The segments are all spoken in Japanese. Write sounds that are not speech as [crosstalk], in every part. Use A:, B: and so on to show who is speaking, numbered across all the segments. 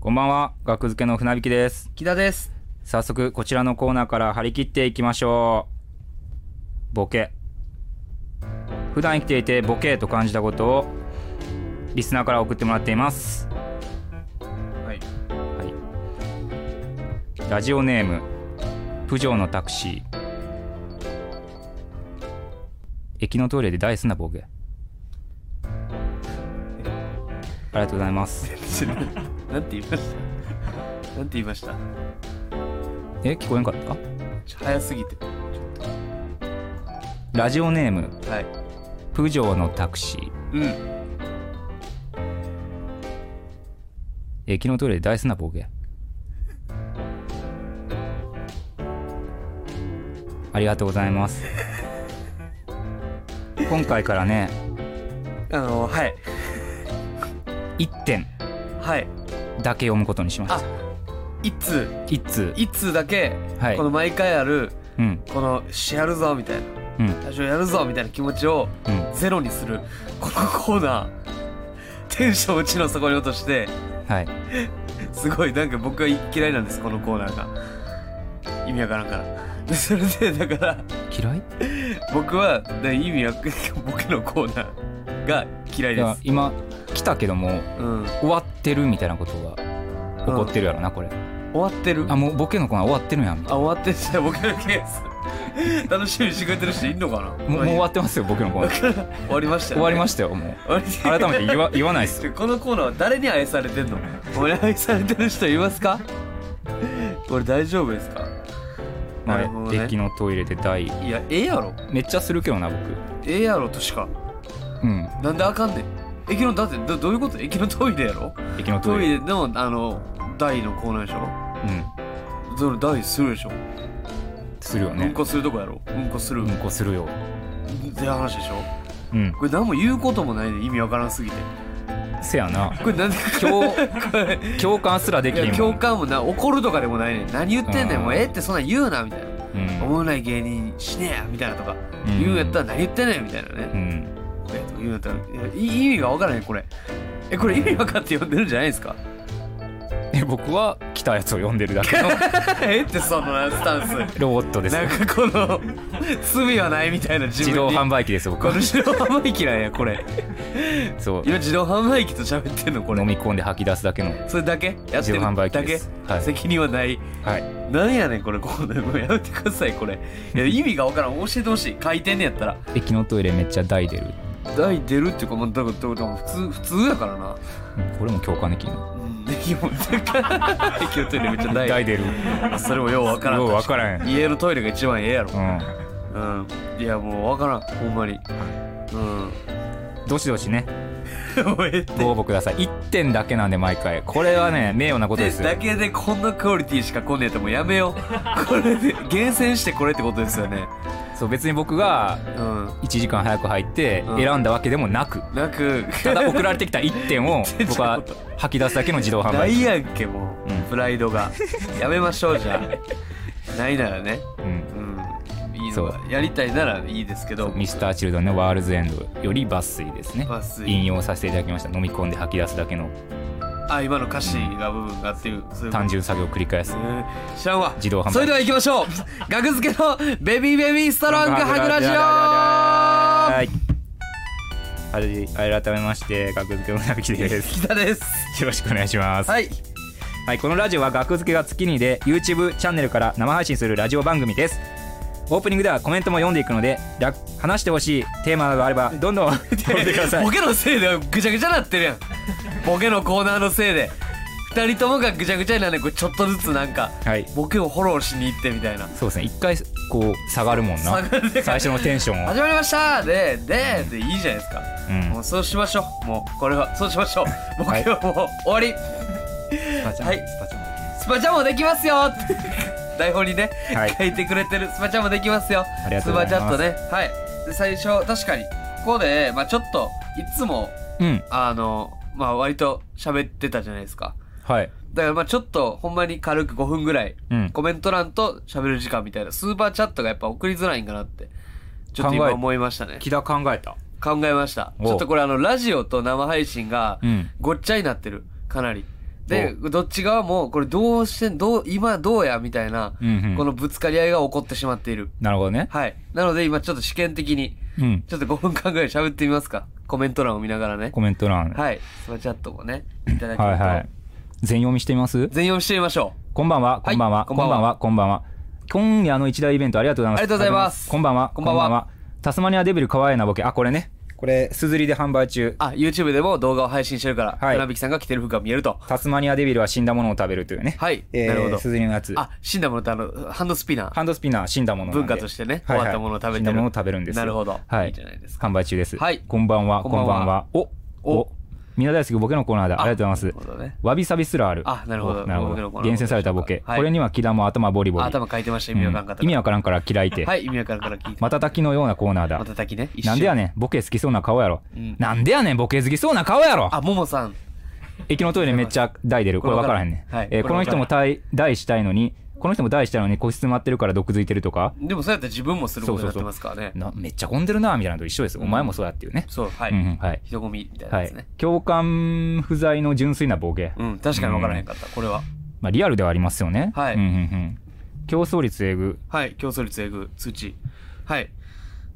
A: こんばんは、学付けの船引きです。
B: 木田です
A: 早速、こちらのコーナーから張り切っていきましょう。ボケ。普段生きていてボケと感じたことを、リスナーから送ってもらっています。
B: はい
A: ラジオネーム、プジョーのタクシー。駅のトイレで大好なボケ。ありがとうございます。
B: なんて言いましたなんて言いました
A: え、聞こえんかった
B: ちょ早すぎて
A: ラジオネーム、
B: はい
A: プジョーのタクシー。
B: うん
A: 駅のトイレで大好なボケありがとうございます今回からね
B: あのはい
A: 1点
B: はい
A: だけ読むことにしまし
B: あ
A: た
B: いつ
A: 1通
B: いつだけ、
A: はい
B: この毎回ある
A: うん
B: このしやるぞみたいな
A: うん
B: 多少やるぞみたいな気持ちを
A: うん
B: ゼロにするこのコーナーテンションを地の底に落として
A: はい
B: すごいなんか僕は嫌いなんですこのコーナーが意味わからんからでそれでだから
A: 嫌い
B: 僕はで意味わか僕のコーナーが嫌い
A: いや
B: です
A: 今来たけども
B: うん
A: 終わってるみたいなことが起こってるやろなこれ
B: 終わってる
A: あもうボケのコーナー終わってるやんも
B: あ終わってるじゃん僕のケー
A: [laughs]
B: ス楽しみにしてくれてる人いんのかな
A: うもう終わってますよボケのコーナー
B: 終わりました
A: 終わりま
B: し
A: したよもう
B: た終わり
A: 改めて言わ言わないっすよ
B: てこのコーナーは誰に愛されてんの俺愛されてる人いますかこれ大丈夫ですか
A: ま
B: なるほど
A: あ
B: ね
A: 駅のトイレで大
B: いやええやろ
A: めっちゃするけどな僕
B: ええやろとしか
A: うん
B: なんであかんねん駅のだってどどういうこと駅のトイレやろ
A: 駅のト
B: ト
A: イ
B: イ
A: レ
B: レのあの台のコーナーでしょ
A: うん
B: それ台するでしょ、
A: するよ
B: うん
A: ね
B: こするとこやろうんこする、
A: う
B: っ
A: んこするよ
B: て話でしょ
A: うん
B: これ何も言うこともないね意味わからんすぎて
A: せや
B: [laughs]
A: な
B: これなんで
A: 共
B: これ
A: 共感すらでき
B: い
A: へ
B: や
A: んも
B: 共
A: ん
B: 感もな怒るとかでもないねん何言ってんね
A: うんん
B: もうええってそんなん言うなみたいな
A: うん
B: 思わない芸人しねえやみたいなとか言うんやったら何言ってんねんみたいな
A: う
B: ね
A: ん
B: えとか言うんやったらいやい意味が分からへんこれえこれ意味分かって呼んでるんじゃないですか [laughs]
A: え僕は来たやつを呼んでるだけ
B: [laughs]
A: の
B: ええってそのスタンス
A: ロボットです
B: なんかこの罪はないみたいな自分
A: 自
B: に
A: 動販
B: 売
A: 売機です僕
B: この
A: は
B: 自動販売機なんやこれ
A: そう
B: 今自動販売機と喋ってんのこ
A: 飲
B: れ
A: み込んで吐き出すだけの
B: それだけやって
A: 自
B: る
A: 動販売機
B: だ
A: で
B: け
A: すはい
B: 責任はない
A: はい
B: なんやねんこれコーナーもうやめてくださいこれい
A: [laughs]
B: や意味が分からん教えてほしい書いてんねやったら
A: 駅のトイレめっちゃ大出る
B: 台出るっていうかまあだからだからだから普通普通やから
A: う
B: な
A: んこれも共感できんの
B: うんできもんだから駅のトイレめっち
A: [laughs]
B: ゃ
A: 大
B: 台
A: 出るよ
B: それもよう分からん
A: う分からん
B: 家のトイレが一番ええやろ
A: う
B: うんいやもう分からんほんまにうん [laughs]
A: んどしどしね
B: もうええって
A: ご応募ください1点だけなんで毎回これはね名誉なことですよ
B: だけでこんなクオリティしか来ねえともうやめようこれで厳選してこれってことですよね
A: そう別に僕が
B: うん
A: 1時間早く入って
B: うん
A: 選んだわけでもなく、
B: なく
A: た
B: [laughs]
A: だ送られてきた1点を僕は吐き出すだけの自動販
B: な
A: 売
B: い
A: 機、
B: やんけもう、
A: うん
B: プライ
A: [laughs]
B: ドがやめましょうじゃあないならね
A: うん、
B: うんいい
A: そ
B: の
A: う
B: がやりたいならいいですけど
A: ミスターチルドンの「ワールズエンド」より抜粋ですね
B: 抜粋
A: 引用させていただきました飲み込んで吐き出すだけの
B: あ今の歌詞が部分がっていうそういう
A: 単純作業を繰り返す
B: うん知らんわ
A: 自動販売機
B: それでは行きましょ
A: [laughs]
B: う学付けのベビーベビーストロングハグラジオ
A: はいはい改めまして学付けの並木です
B: 北です
A: よろしくお願いします
B: はい
A: はい、このラジオは学付けが月にで YouTube チャンネルから生配信するラジオ番組です。オープニングではコメントも読んでいくので、ら話してほしいテーマがあればどんどん [laughs] 読んでください
B: ボ。ケのせいでぐちゃぐちゃなってるやんボケのコーナーのせいで二人ともがぐちゃぐちゃになるねこれちょっとずつなんか
A: はい。
B: ボケをフォローしに行ってみたいな
A: そうですね。一回こう下がるもんな
B: 下がる。
A: 最初のテンションを。
B: 始まりましたで、で、で、いいじゃないですか。
A: うん
B: もうそうしましょう。もう、これは、そうしましょう。僕はもう、終わり。
A: スパチ
B: はい
A: スパチ
B: スパチャもできますよ
A: [laughs]
B: 台本にね、
A: はい
B: 書いてくれてるスパチャもできますよ。
A: ありがとうございます
B: スパチャとね、はい。で、最初、確かに、ここで、まあちょっと、いつも、
A: うん。
B: あの、まあ割と喋ってたじゃないですか。
A: はい。
B: だからまあちょっと、ほんまに軽く5分ぐらい、
A: うん
B: コメント欄と喋る時間みたいな、スーパーチャットがやっぱ送りづらいんかなって、ちょっと
A: 考
B: 今
A: え
B: 思いましたね。
A: 木田考えた。
B: 考えました
A: お
B: ちょっとこれあのラジオと生配信が
A: うん
B: ごっちゃになってるかなりでどっち側もこれどうしてんどう今どうやみたいな、
A: うんうん
B: このぶつかり合いが起こってしまっている
A: なるほどね。
B: はいなので今ちょっと試験的に
A: うん。
B: ちょっと5分間ぐらい喋ってみますかコメント欄を見ながらね
A: コメント欄。
B: はいスパチャットもねいただき
A: はいは
B: ま
A: い。全読みしてみます
B: 全読みしてみましょ
A: こんばんは、こんばんは、
B: こ
A: こ
B: ん
A: ん
B: ば
A: ば
B: ん
A: ん
B: は
A: は、こんばんは。今夜の一大イベントありがとうございます。
B: ありがとうございます
A: こんばんは、
B: こんばんは
A: タスマニアデビルかわいなボケ。あ、これね。これ、すずりで販売中
B: う。あ YouTube でも動画を配信してるから
A: はい
B: 船引きさんが着てる服が見えると
A: タスマニアデビルは死んだものを食べるというね。
B: はい
A: えー
B: なるほど
A: すずりのやつ。
B: あ死んだものってあのハンドスピナー
A: ハンドスピナー、死んだものなんで。
B: 文化としてね
A: はいはい
B: 終わったものを食べてる
A: 死んだものを食べるんですよ。
B: なるほど
A: はい
B: い
A: い
B: じゃないですか
A: 販売中です。
B: はい
A: こんばんは、
B: こ
A: こ
B: ん
A: ん
B: ば
A: ば
B: ん
A: ん
B: は
A: は。お
B: お
A: おみんな大好きボケのコーナーだ。あ
B: あ
A: りがとうござい
B: な
A: ま
B: る
A: す
B: ほどね。
A: わびさびすらある。
B: あなるほど
A: おなるほ
B: ボケのコ
A: ど。
B: ーナー
A: 厳選されたボケ。
B: はい
A: これにはキラも頭ボリボリ。
B: あ頭書いてました
A: うん
B: 意味わかんかった
A: 意味わからんから嫌いて。
B: はい意味わからんから聞いて
A: 瞬きのようなコーナーだ
B: ま。たたきね一瞬
A: なんでやねん、ボケ好きそうな顔やろ
B: うん。
A: なんでやねん、ボケ好きそうな顔やろ。
B: あももさん
A: 駅のトイレめっちゃ台出る。これ分からへんね
B: これ分からへんは
A: ん。
B: い
A: えー
B: これ
A: この人
B: 分
A: も台台したいのに、この人も台したいのに個室埋まってるから毒づいてるとか、
B: でもそうやったら自分もすることになってますからね
A: なめっちゃ混んでるな、みたいなのと一緒です。お前もそうやっていうね。
B: そうは
A: うんう
B: い
A: んはい。
B: 人混みみたいな
A: は
B: やつ
A: い
B: ね。
A: 共感不在の純粋なボケ。
B: うん確かにわからへんかったこれは
A: まあ、リアルではありますよね。
B: はい
A: うんうんうん。競争率えぐ。
B: はい、競争率えぐ、通知。はい、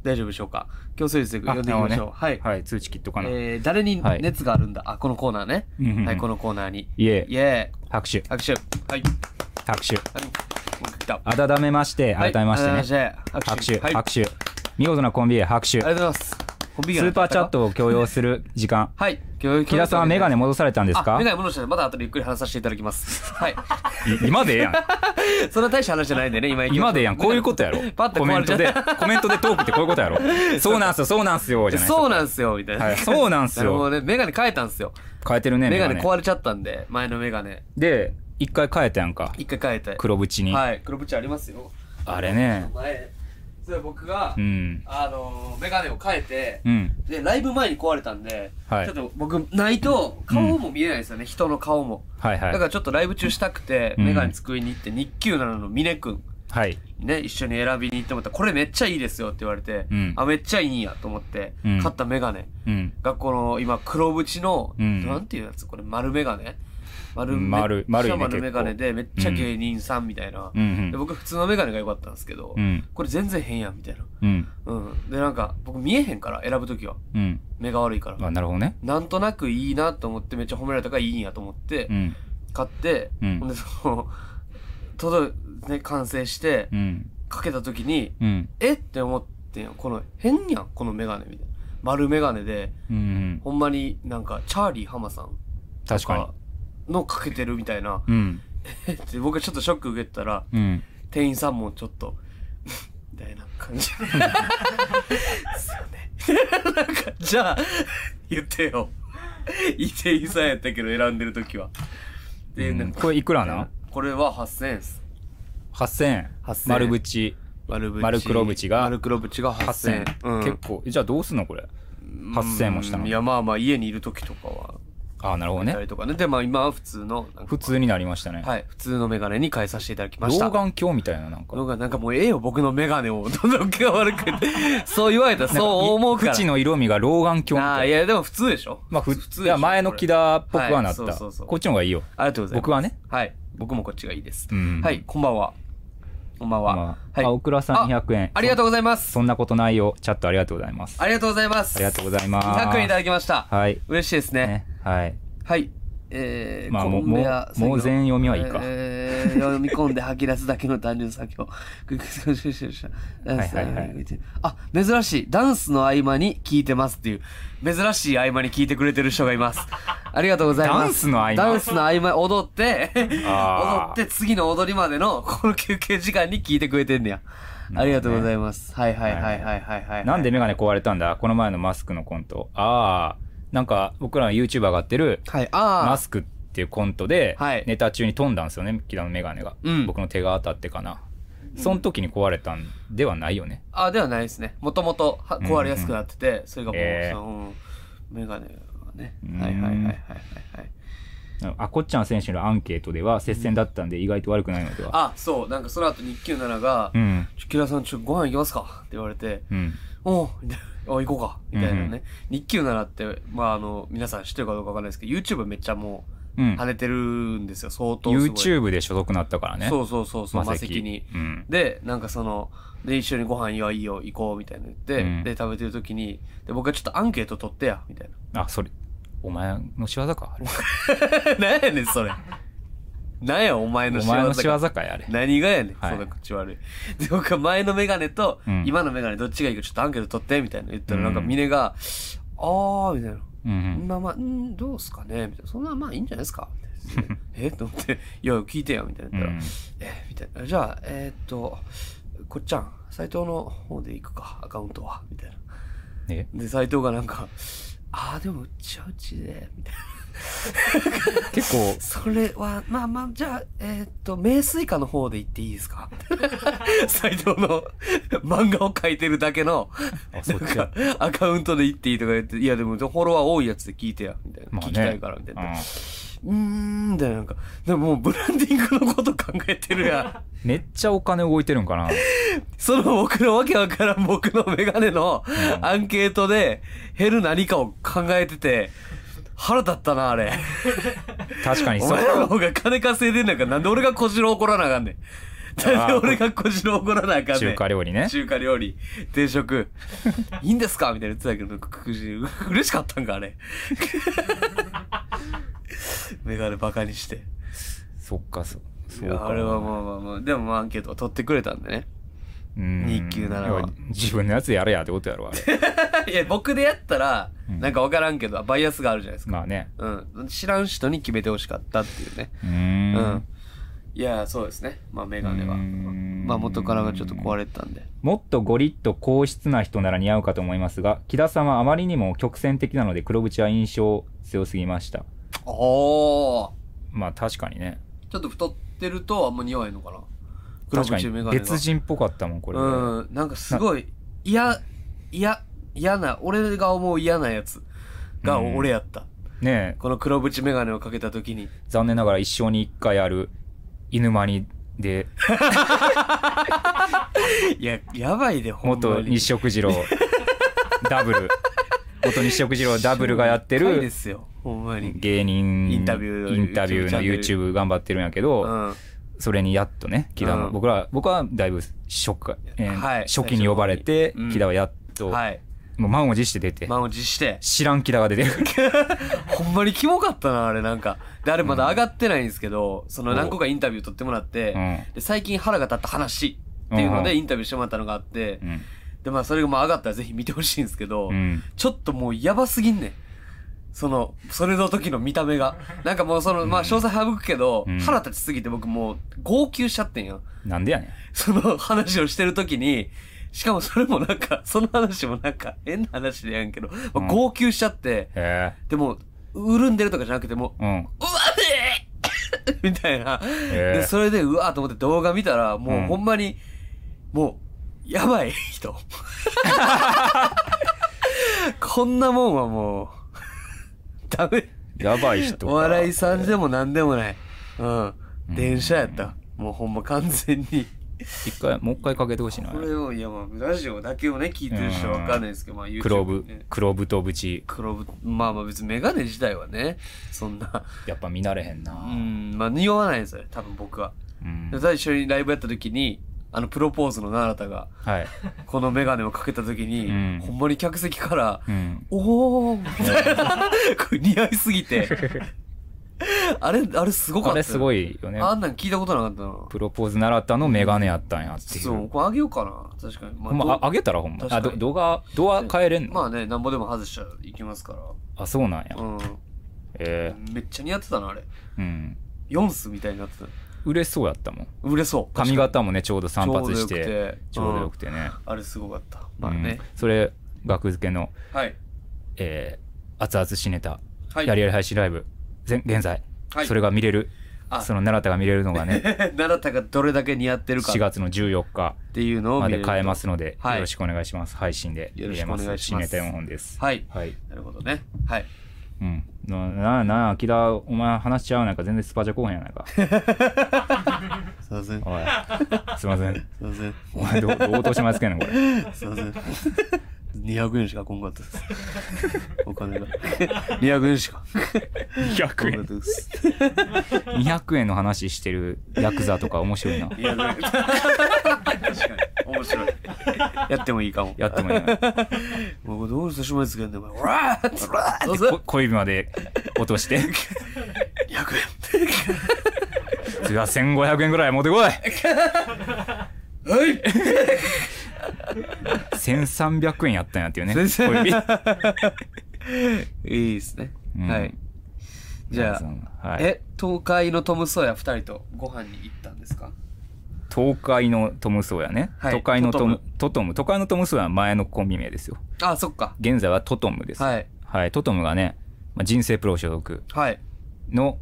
B: 大丈夫でしょうか。競争率えぐ、
A: あ
B: 読んでいきましょう。はい、
A: はい、通知切っとかな。
B: えー、誰に
A: はい
B: 熱があるんだ、あ、このコーナーね。
A: うんうんうん
B: はい、このコーナーに。
A: いえ
B: イエ
A: 拍手
B: ー、拍手。はい、はい、
A: 拍手。
B: もう来た。
A: 温めまして、
B: はい
A: 改めましてね。
B: 改めま
A: 拍
B: して
A: 手、
B: はい、
A: 拍手。見事なコンビへ拍手。
B: ありがとうございます。コンビ
A: ス
B: がな
A: ー
B: か
A: パ
B: っ
A: ー
B: た
A: チャッ。トを共用する時 [laughs] 間。
B: はい、今日
A: 木田さんはメガネ戻されたんです
B: あ、
A: か
B: メガネ戻してないまだ後でゆっくり話させていただ
A: [laughs]
B: きます。はい。
A: い今でええ
B: [laughs]
A: やん。
B: そんな大した話じゃないんでね、今
A: 今でええやん。こういうことやろ
B: パッ。と
A: コ
B: 壊
A: メ
B: れ
A: ン
B: ちゃ
A: ト
B: っ
A: で
B: た。、
A: コメントでトークってこういうことや
B: [laughs]
A: ろ。そうなんすよ、そうなんすよ、じゃない
B: そうなんすよ、みたいな。
A: はいそうなんすよ
B: なるほどね、メガネ変えたんすよ。
A: 変えてるね、
B: メ
A: メ
B: ガ
A: ガ
B: ネ
A: ネ。
B: 壊れちゃったんで、前のメガネ。
A: で、一回変えたやんか。
B: 一回変えて。
A: 黒縁に。
B: はい、黒縁ありますよ。
A: あれね。
B: 前、それ僕が
A: う、ん。
B: あのー、メガネを変えて
A: う、ん。
B: で、ライブ前に壊れたんで、
A: はい
B: ちょっと僕、ないと顔も見えないですよね、人の顔も。
A: はい
B: だ
A: は
B: か
A: い。
B: らちょっとライブ中したくて、
A: うん
B: メガネ作りに行って、日給7の峰くん
A: はい。
B: にね、一緒に選びに行って思ったら、これめっちゃいいですよって言われて、
A: うん
B: あ、めっちゃいいんやと思って、
A: うん
B: 買ったメガネ。
A: うん。
B: がこの今黒縁の、
A: うん
B: なんていうやつこれ丸眼鏡丸
A: 丸丸いね
B: 丸眼鏡でめっちゃ
A: うん
B: 芸人さんみたいな、
A: う
B: で
A: ん
B: 僕普通の眼鏡が良かったんですけど、
A: うん。うん。
B: これ全然変やんみたいな
A: うん。
B: うんでなんか僕見えへんから選ぶ時は
A: うん。
B: 目が悪いから、
A: あ、なるほどね。
B: なんとなくいいなと思ってめっちゃ褒められたからいいんやと思って
A: うん。
B: 買って、
A: うん
B: ほんでその届いね完成して
A: うん。
B: かけた時に
A: うん。
B: えって思ってんよこの変やんこの眼鏡みたいな丸眼鏡で
A: うん。
B: ほんまになんかチャーリー浜さん
A: 確かに。
B: のかけてるみたいな。
A: うん。
B: えって僕ちょっとショック受けてたら、
A: うん。
B: 店員さんもちょっと、みたいな感じ。ですよね。なんか、じゃあ、言ってよ。いい店員さんやったけど選んでる時は。っていううなんんか
A: これいくらな
B: これは8000円です。
A: 8000円
B: 8000
A: 丸縁
B: 丸縁
A: 丸黒縁が
B: 丸黒縁が8000
A: 8000
B: 円
A: 円。、
B: うん
A: 結構じゃあどうすんのこれ8000円もしたの
B: うんいや、まあまあ、家にいる時とかは、
A: ああなるほど
B: やった
A: ね
B: りとかね。で、まあ今は普通の、なんか
A: 普通になりましたね、
B: はい、普通のメガネに変えさせていただきました。
A: 老眼鏡みたいななんか
B: のがなんかもうええよ、僕のメガネを。 [laughs] どんどん気が悪くて。そう言われたら、そう思うから。
A: 口の色味が老眼鏡み
B: ああ、
A: た
B: い
A: いな
B: や、でも普通でしょ
A: まあ普
B: 普通
A: 通
B: で
A: い
B: しょ
A: や前の木田っぽくはなった、
B: はいそうそうそう
A: こっちの方がいいよ
B: ありがとうございます。
A: 僕はね
B: はい。僕もこっちがいいです。
A: うん
B: はい、こんばんは。こんばんは。
A: まあ、
B: はい。
A: あオクラさん200円
B: ありがとう
A: う
B: ございます。
A: そんなことないよチャットありがとうございます
B: ありがとうございます。
A: ありがとうございます
B: 200円いただきました。
A: はい
B: 嬉しいですね。
A: ねはい
B: はい。えー、
A: まあもう
B: コンベア作
A: も
B: 業
A: うもう全読みはいいか
B: えー、読み込んで吐き出すだけの単純作業。ぐぐぐぐぐぐぐ
A: はいはいはい
B: あ、珍しい。ダンスの合間に聞いてますっていう。珍しい合間に聞いてくれてる人がいます。ありがとうございます。
A: ダンスの合間
B: ダンスの合間、踊って、踊
A: あ
B: っ
A: ー
B: て、次の踊りまでの、この休憩時間に聞いてくれてんねや。ありがとうございます。はいはいはいはいはいはい。
A: なんでメガネ壊れたんだこの前のマスクのコントああなんか僕らの YouTuber 上がってる
B: はい、あ
A: マ
B: あ、
A: スクっていうコントで、
B: はい
A: ネタ中に飛んだんですよね木田の眼鏡が、
B: うん
A: 僕の手が当たってかなその時に壊れたんではないよね、
B: あ、ではないですね。もともとは
A: うん
B: 壊れやすくなってて、それがもう、
A: えー
B: その、メガネがね
A: う。ん
B: はいはいはいはいはいはい。
A: あこっちゃん選手のアンケートでは接戦だったんで意外と悪くないのでは
B: あ、そう、なんかその後日給7が
A: う、ん
B: ちょキラさんちょっとご飯行きますかって言われて、
A: うん
B: おうみたいな、お行こうかみたいな
A: うんう
B: ね。日給7って、まああの、皆さん知ってるかどうかわかんないですけど、YouTube めっちゃもう、
A: うん
B: 跳ねてるんですよ相当すごい
A: YouTube で所属なったからね
B: そうそうそうそう魔石に、
A: うん
B: でなんかそので一緒にご飯いいよいいよ行こうみたいな言って、
A: うん
B: で食べてる時にで僕はちょっとアンケート取ってやみたいな
A: あそれお前の仕業かあれ
B: [laughs] 何やねんそれ何やお前の
A: お
B: 仕
A: 前
B: 業
A: の仕業
B: か
A: かやあれ
B: 何がやねん、
A: はい
B: そんな口悪いで僕は前のメガネと
A: うん
B: 今のメガネどっちがいいかちょっとアンケート取ってみたいな言ったら
A: うん
B: なんか峰が「あー」みたいな
A: うんうん
B: まあまあ、うん、どうすかねみたいな。そんなまあいいんじゃないですかみたいな。えと思って、 [laughs] いや、聞いてよ、みたいな
A: う
B: 言ったら。
A: ん
B: えみたいな。じゃあ、えーっと、こっちゃん、斎藤の方で行くか、アカウントは、みたいな。
A: え
B: で、斎藤がなんか、ああ、でもうちはうちで、みたいな。
A: 結構
B: それは、まあまあ、じゃあ、えーっと、名水家の方で行っていいですか [laughs] みたいな斎藤の漫画を描いてるだけの、
A: あ
B: な
A: そ
B: ん
A: っちは
B: か、アカウントで行っていいとか言って、いや、でも、フォロワー多いやつで聞いてや、みたいな。
A: まあね
B: 聞きたいから、みたいな。
A: う
B: うーんみたいななんかでももうブランディングのこと考えてるやん [laughs]
A: んめっちゃお金動いてるんかな
B: その僕のわけわからん僕のメガネの
A: うん
B: アンケートで減る何かを考えてて腹立ったなあれ
A: 確かに
B: お
A: そう
B: 前らの方が金稼いでんなんかなんで俺が小次郎怒らなあかんねんなんで俺が小次郎怒らなあかんね
A: 中
B: ん
A: 華料理ね
B: 中華料理定食 [laughs] いいんですかみたいな言ってたけどくじ [laughs] 嬉しかったんかあれ [laughs] メガネバカにして
A: そっかそそ
B: いう
A: か
B: やあれはまあまあまあでもまあアンケートは取ってくれたんでね [laughs]
A: うん
B: 日給ならば
A: 要は自分のやつやれやってことや
B: [laughs]
A: ろあれ
B: いや僕でやったら
A: うん
B: なんか分からんけどバイアスがあるじゃないですか、
A: まあね
B: うん、知らん人に決めてほしかったっていうね
A: うー
B: うんん、いやそうですねまあメガネは
A: うん
B: まあ元からがちょっと壊れてたんで
A: もっとゴリッと硬質な人なら似合うかと思いますが木田さんはあまりにも曲線的なので黒縁は印象強すぎました
B: おお
A: まあ確かにね
B: ちょっと太ってるとあんま似合わへんのかな黒
A: 確か
B: 縁メ
A: に
B: ガネが
A: 別人っぽかったもんこれ、
B: うんなんかすごい嫌嫌嫌な俺が思う嫌なやつが俺やった、
A: ねえ
B: この黒縁メガネをかけた
A: [laughs]
B: 時に
A: 残念ながら一生に一回ある犬間にで
B: いや、やばいで、ほんま
A: 元
B: に。
A: 日食二郎ダブル元日食二郎ダブルがやって
B: 深いで
A: る
B: すよ、ほんまに。
A: 芸人
B: インタビュー
A: インタビューの
B: YouTube チャン
A: YouTube 頑張ってるんやけど、
B: うん。
A: それにやっとね木田も、
B: うん
A: 僕ら僕はだいぶ初,、えー
B: はい
A: 初期に呼ばれて、
B: 最初の方にうん
A: 木田はやっと、
B: はい。
A: もう満を持して出て、
B: 満を持して。
A: 知らん木田が出てる
B: ほんまにキモかったな、あれ、なんか。で、あれまだ上がってないんですけど、その何個かインタビュー取ってもらっ
A: う
B: て、
A: ん、
B: [laughs] で、最近腹が立った話っていうの
A: うん
B: でインタビューしてもらったのがあって
A: う、ん
B: で、まあ、それがまあ上がったらぜひ見てほしいんですけど
A: う、ん
B: ちょっともうやばすぎんねん。その、それの時の見た
A: [laughs]
B: 目が。なんかもうその、まあ、詳細省くけど
A: うん、
B: 腹立ちすぎて僕もう、号泣しちゃってんやん。
A: なんでやねん
B: その話をしてるときに、しかもそれもなんか、その話もなんか変な話でやんけど、まあ
A: うん
B: 号泣しちゃって、
A: へ
B: でも、潤んでるとかじゃなくても
A: えうん
B: う、うわえー [laughs] みたいな。
A: え
B: [laughs] で、それで、うわーと思って動画見たら、
A: う
B: も
A: ん
B: うほんまに、もう、やばい人。 [laughs] こんなもんはもう、ダメ。
A: やばい人
B: お笑いさんでも何でもない。うん。電車やった。もうほんま完全に。
A: 一回もう一回かけてほしいな
B: これを、いやまあ、ラジオだけをね、聞いてる人はわかんないですけど、まあ、YouTube
A: 黒ぶ
B: ね
A: 黒ぶとぶち
B: 黒ぶ、まあまあ別にメガネ自体はね、そんな、
A: やっぱ見慣れへん
B: う、
A: なん
B: まあ匂わないですよ、多分僕は。
A: うん
B: で最初にライブやった時に、あの、プロポーズの奈良田が、
A: はい
B: このメガネをかけた時に、
A: うん
B: ほんまに客席から、 [laughs]
A: うん
B: おーみたいな、これ似合いすぎて、あれ、あれすごか
A: あ
B: ったよ。
A: れすごいよね
B: あんなん聞いたことなかったな。
A: プロポーズ習ったのメガネやったんやってい
B: そう、
A: う
B: これあげようかな、確かに。ま
A: ほんまあ
B: ど
A: あげたらほんまあ
B: 確か
A: ど
B: に
A: 動画動画変えれんの、
B: まあね、なんぼでも外しちゃいきますから。
A: あそうなんや
B: うん。
A: え
B: めっちゃ似合ってたな、あれ。
A: えうん
B: ヨンスみたいになってた。
A: 売れそうやったもん
B: 売れそう。
A: 髪型もねちょうど散髪し
B: ちょうど
A: て
B: よくて。
A: ちょうどよくてね、
B: うんあれすごかった。まあね
A: うん。それ学付けの、
B: はい。
A: えー、熱々しネタ、
B: はい。
A: やりやり配信ライブぜん現在、
B: はい
A: それが見れる
B: あ
A: その奈良田が見れるのがね
B: [laughs] 奈良田がどれだけ似合ってるか
A: 4
B: っ
A: 月の14日
B: ていうのを
A: ま
B: 見。
A: で変えますすので、
B: はい
A: よろしくお願いします配信で
B: よろ
A: 見
B: し
A: れ
B: くお
A: ま
B: 願いしますす
A: 新ネタ4本です
B: はい。
A: はい
B: なるほどね。はい。
A: うんなななあ木田お前話しちゃうなんか全然スパチャ来へんやないか
B: すいません。す
A: おいすいません
B: いません。
A: お前どうどう落としますけんねんこれ
B: すいません。 200円しか来んかったです。お金が。200円しか来んか
A: 200
B: っ
A: 円
B: たです。
A: 200円の話してるヤクザとか面白いな
B: 200円。確かに。面白い。やってもいいかも。
A: やってもいいな
B: もうどうしてしまいつけんねん、お前。ほらーほらー
A: こ小指まで落として
B: 200
A: [laughs] 次は1500円ぐらい持ってこい
B: 円。はい
A: 1300円やったんやっていうね小
B: [laughs]
A: 指
B: いいですね。
A: うん
B: はい。じゃ
A: あ、
B: あ、
A: はい、
B: え、東海のトム・ソーヤ二人とご飯に行ったんですか
A: 東海のトム・ソーヤね、
B: はい
A: 都会のトム
B: ト
A: トトム都会のトム・ソーヤは前のコンビ名ですよ
B: あ、そっか。
A: 現在はトトムです、
B: はい。
A: はいトトムがね、まあ、人生プロ所属
B: はい。
A: の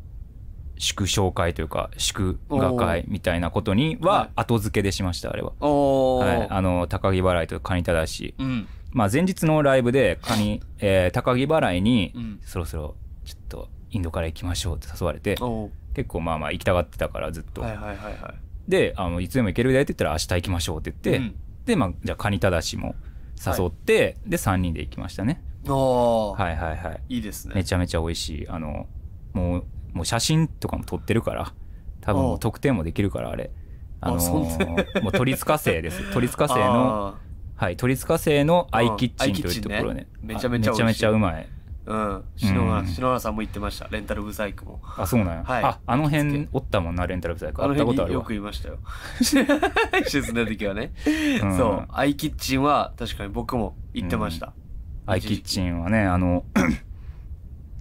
A: 祝勝会というか祝賀会みたいなことに
B: はい
A: は後付けでしましたあれは、
B: おー。
A: はい、あの高木払いとカニ正し
B: うん。
A: まあ、前日のライブでカニ、えー高木払いに、
B: うん
A: そろそろちょっとインドから行きましょうって誘われて
B: お
A: 結構まあまあ行きたがってたからずっと、
B: ー。はいはいはいはい。
A: であのいつでも行けるでって言ったら明日行きましょうって言って、
B: うん
A: でまあじゃあカニ正しも誘って、で3人で行きましたね
B: おー。
A: はいはいはい
B: いいです
A: め
B: ね。
A: ちゃめちゃ美味しいあのもうもう写真とかも撮ってるから多分
B: お
A: も
B: う
A: う特典もできるからあれあのー
B: そん
A: もう鳥塚生です鳥塚生の
B: あ
A: はい鳥塚生のアイキッチンと
B: うんアイ
A: い
B: キッ
A: う
B: チン
A: と
B: ね
A: ころね
B: めちゃめちゃ美味しい
A: あめちゃうまい
B: ー。うん。篠原、
A: うん
B: 篠原さんも行ってました。レンタルブサイクも。
A: あそうなんや、
B: はい
A: ああの
B: 行き
A: 辺
B: つ
A: おったもんなレンタルブサイク
B: あ
A: あ
B: の
A: ったこと
B: 辺
A: あ
B: に
A: る
B: よ
A: わ
B: く言い
A: [laughs]
B: ましたよ。施設の時はね。
A: ん
B: そう。アイキッチンは確かに僕も行ってました。
A: アイキッチンはねあの [clears throat]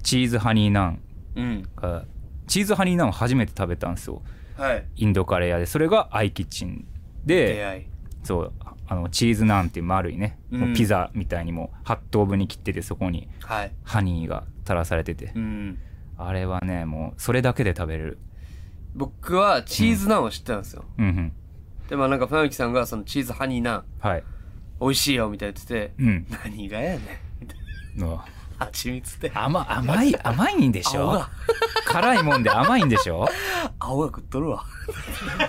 A: チーズハニーナン
B: うん。
A: がチーズハニーナンを初めて食べたんですよ
B: はい。
A: インドカレー屋でそれがアイキッチン
B: 出
A: で
B: 会い。
A: そうあのチーズナンっていう丸いね、
B: うん
A: もうピザみたいにもう8等分に切っててそこに
B: はい。
A: ハニーが垂らされてて、
B: うん。
A: あれはねもうそれだけで食べれる
B: 僕はチーズナンを知ってたんですよ。
A: うんうん
B: でもなんか船木さんがそのチーズハニーナン
A: はい
B: 美味しいよみたいな言ってて、
A: うん
B: [laughs] 何がやねん。
A: うわ
B: 蜂蜜って。
A: 甘甘い甘いんでし
B: 青
A: ょ
B: が、
A: 辛いもんで甘いんでしょ
B: 青が食っとるわ。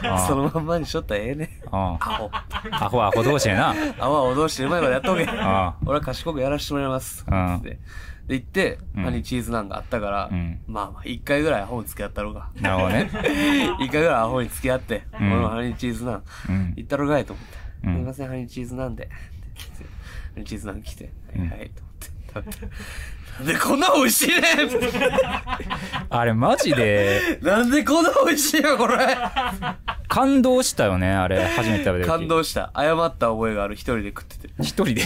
A: あ
B: [laughs] そのまんまにしとったらええねん。
A: ああ
B: 青。
A: アホアホ同士やな
B: 泡をどうしてうまいことやっとけ。
A: あ
B: 俺は賢くやらせてもらいます。
A: うん
B: つって。で、行って、
A: うん
B: ハニーチーズナンがあったから、
A: うん
B: まあまあ、一回ぐらいアホに付き合ったろうが。
A: なるほどね、
B: 一回ぐらいアホに付き合って、
A: ん
B: 俺もハニーチーズナン、
A: うん
B: 行ったろうがいと思って。
A: うん
B: すいません、ハニーチーズナンで。ってハニーチーズナン来て、は
A: う
B: い
A: ん
B: はい、と思って食べて。なんでこんな美味しいね
A: あれマジで
B: なんでこんな美味しいよ、これ
A: 感動したよねあれ初めて食べた時
B: 感動した。謝った覚えがある。一人で食ってて。
A: 一人
B: [laughs]
A: で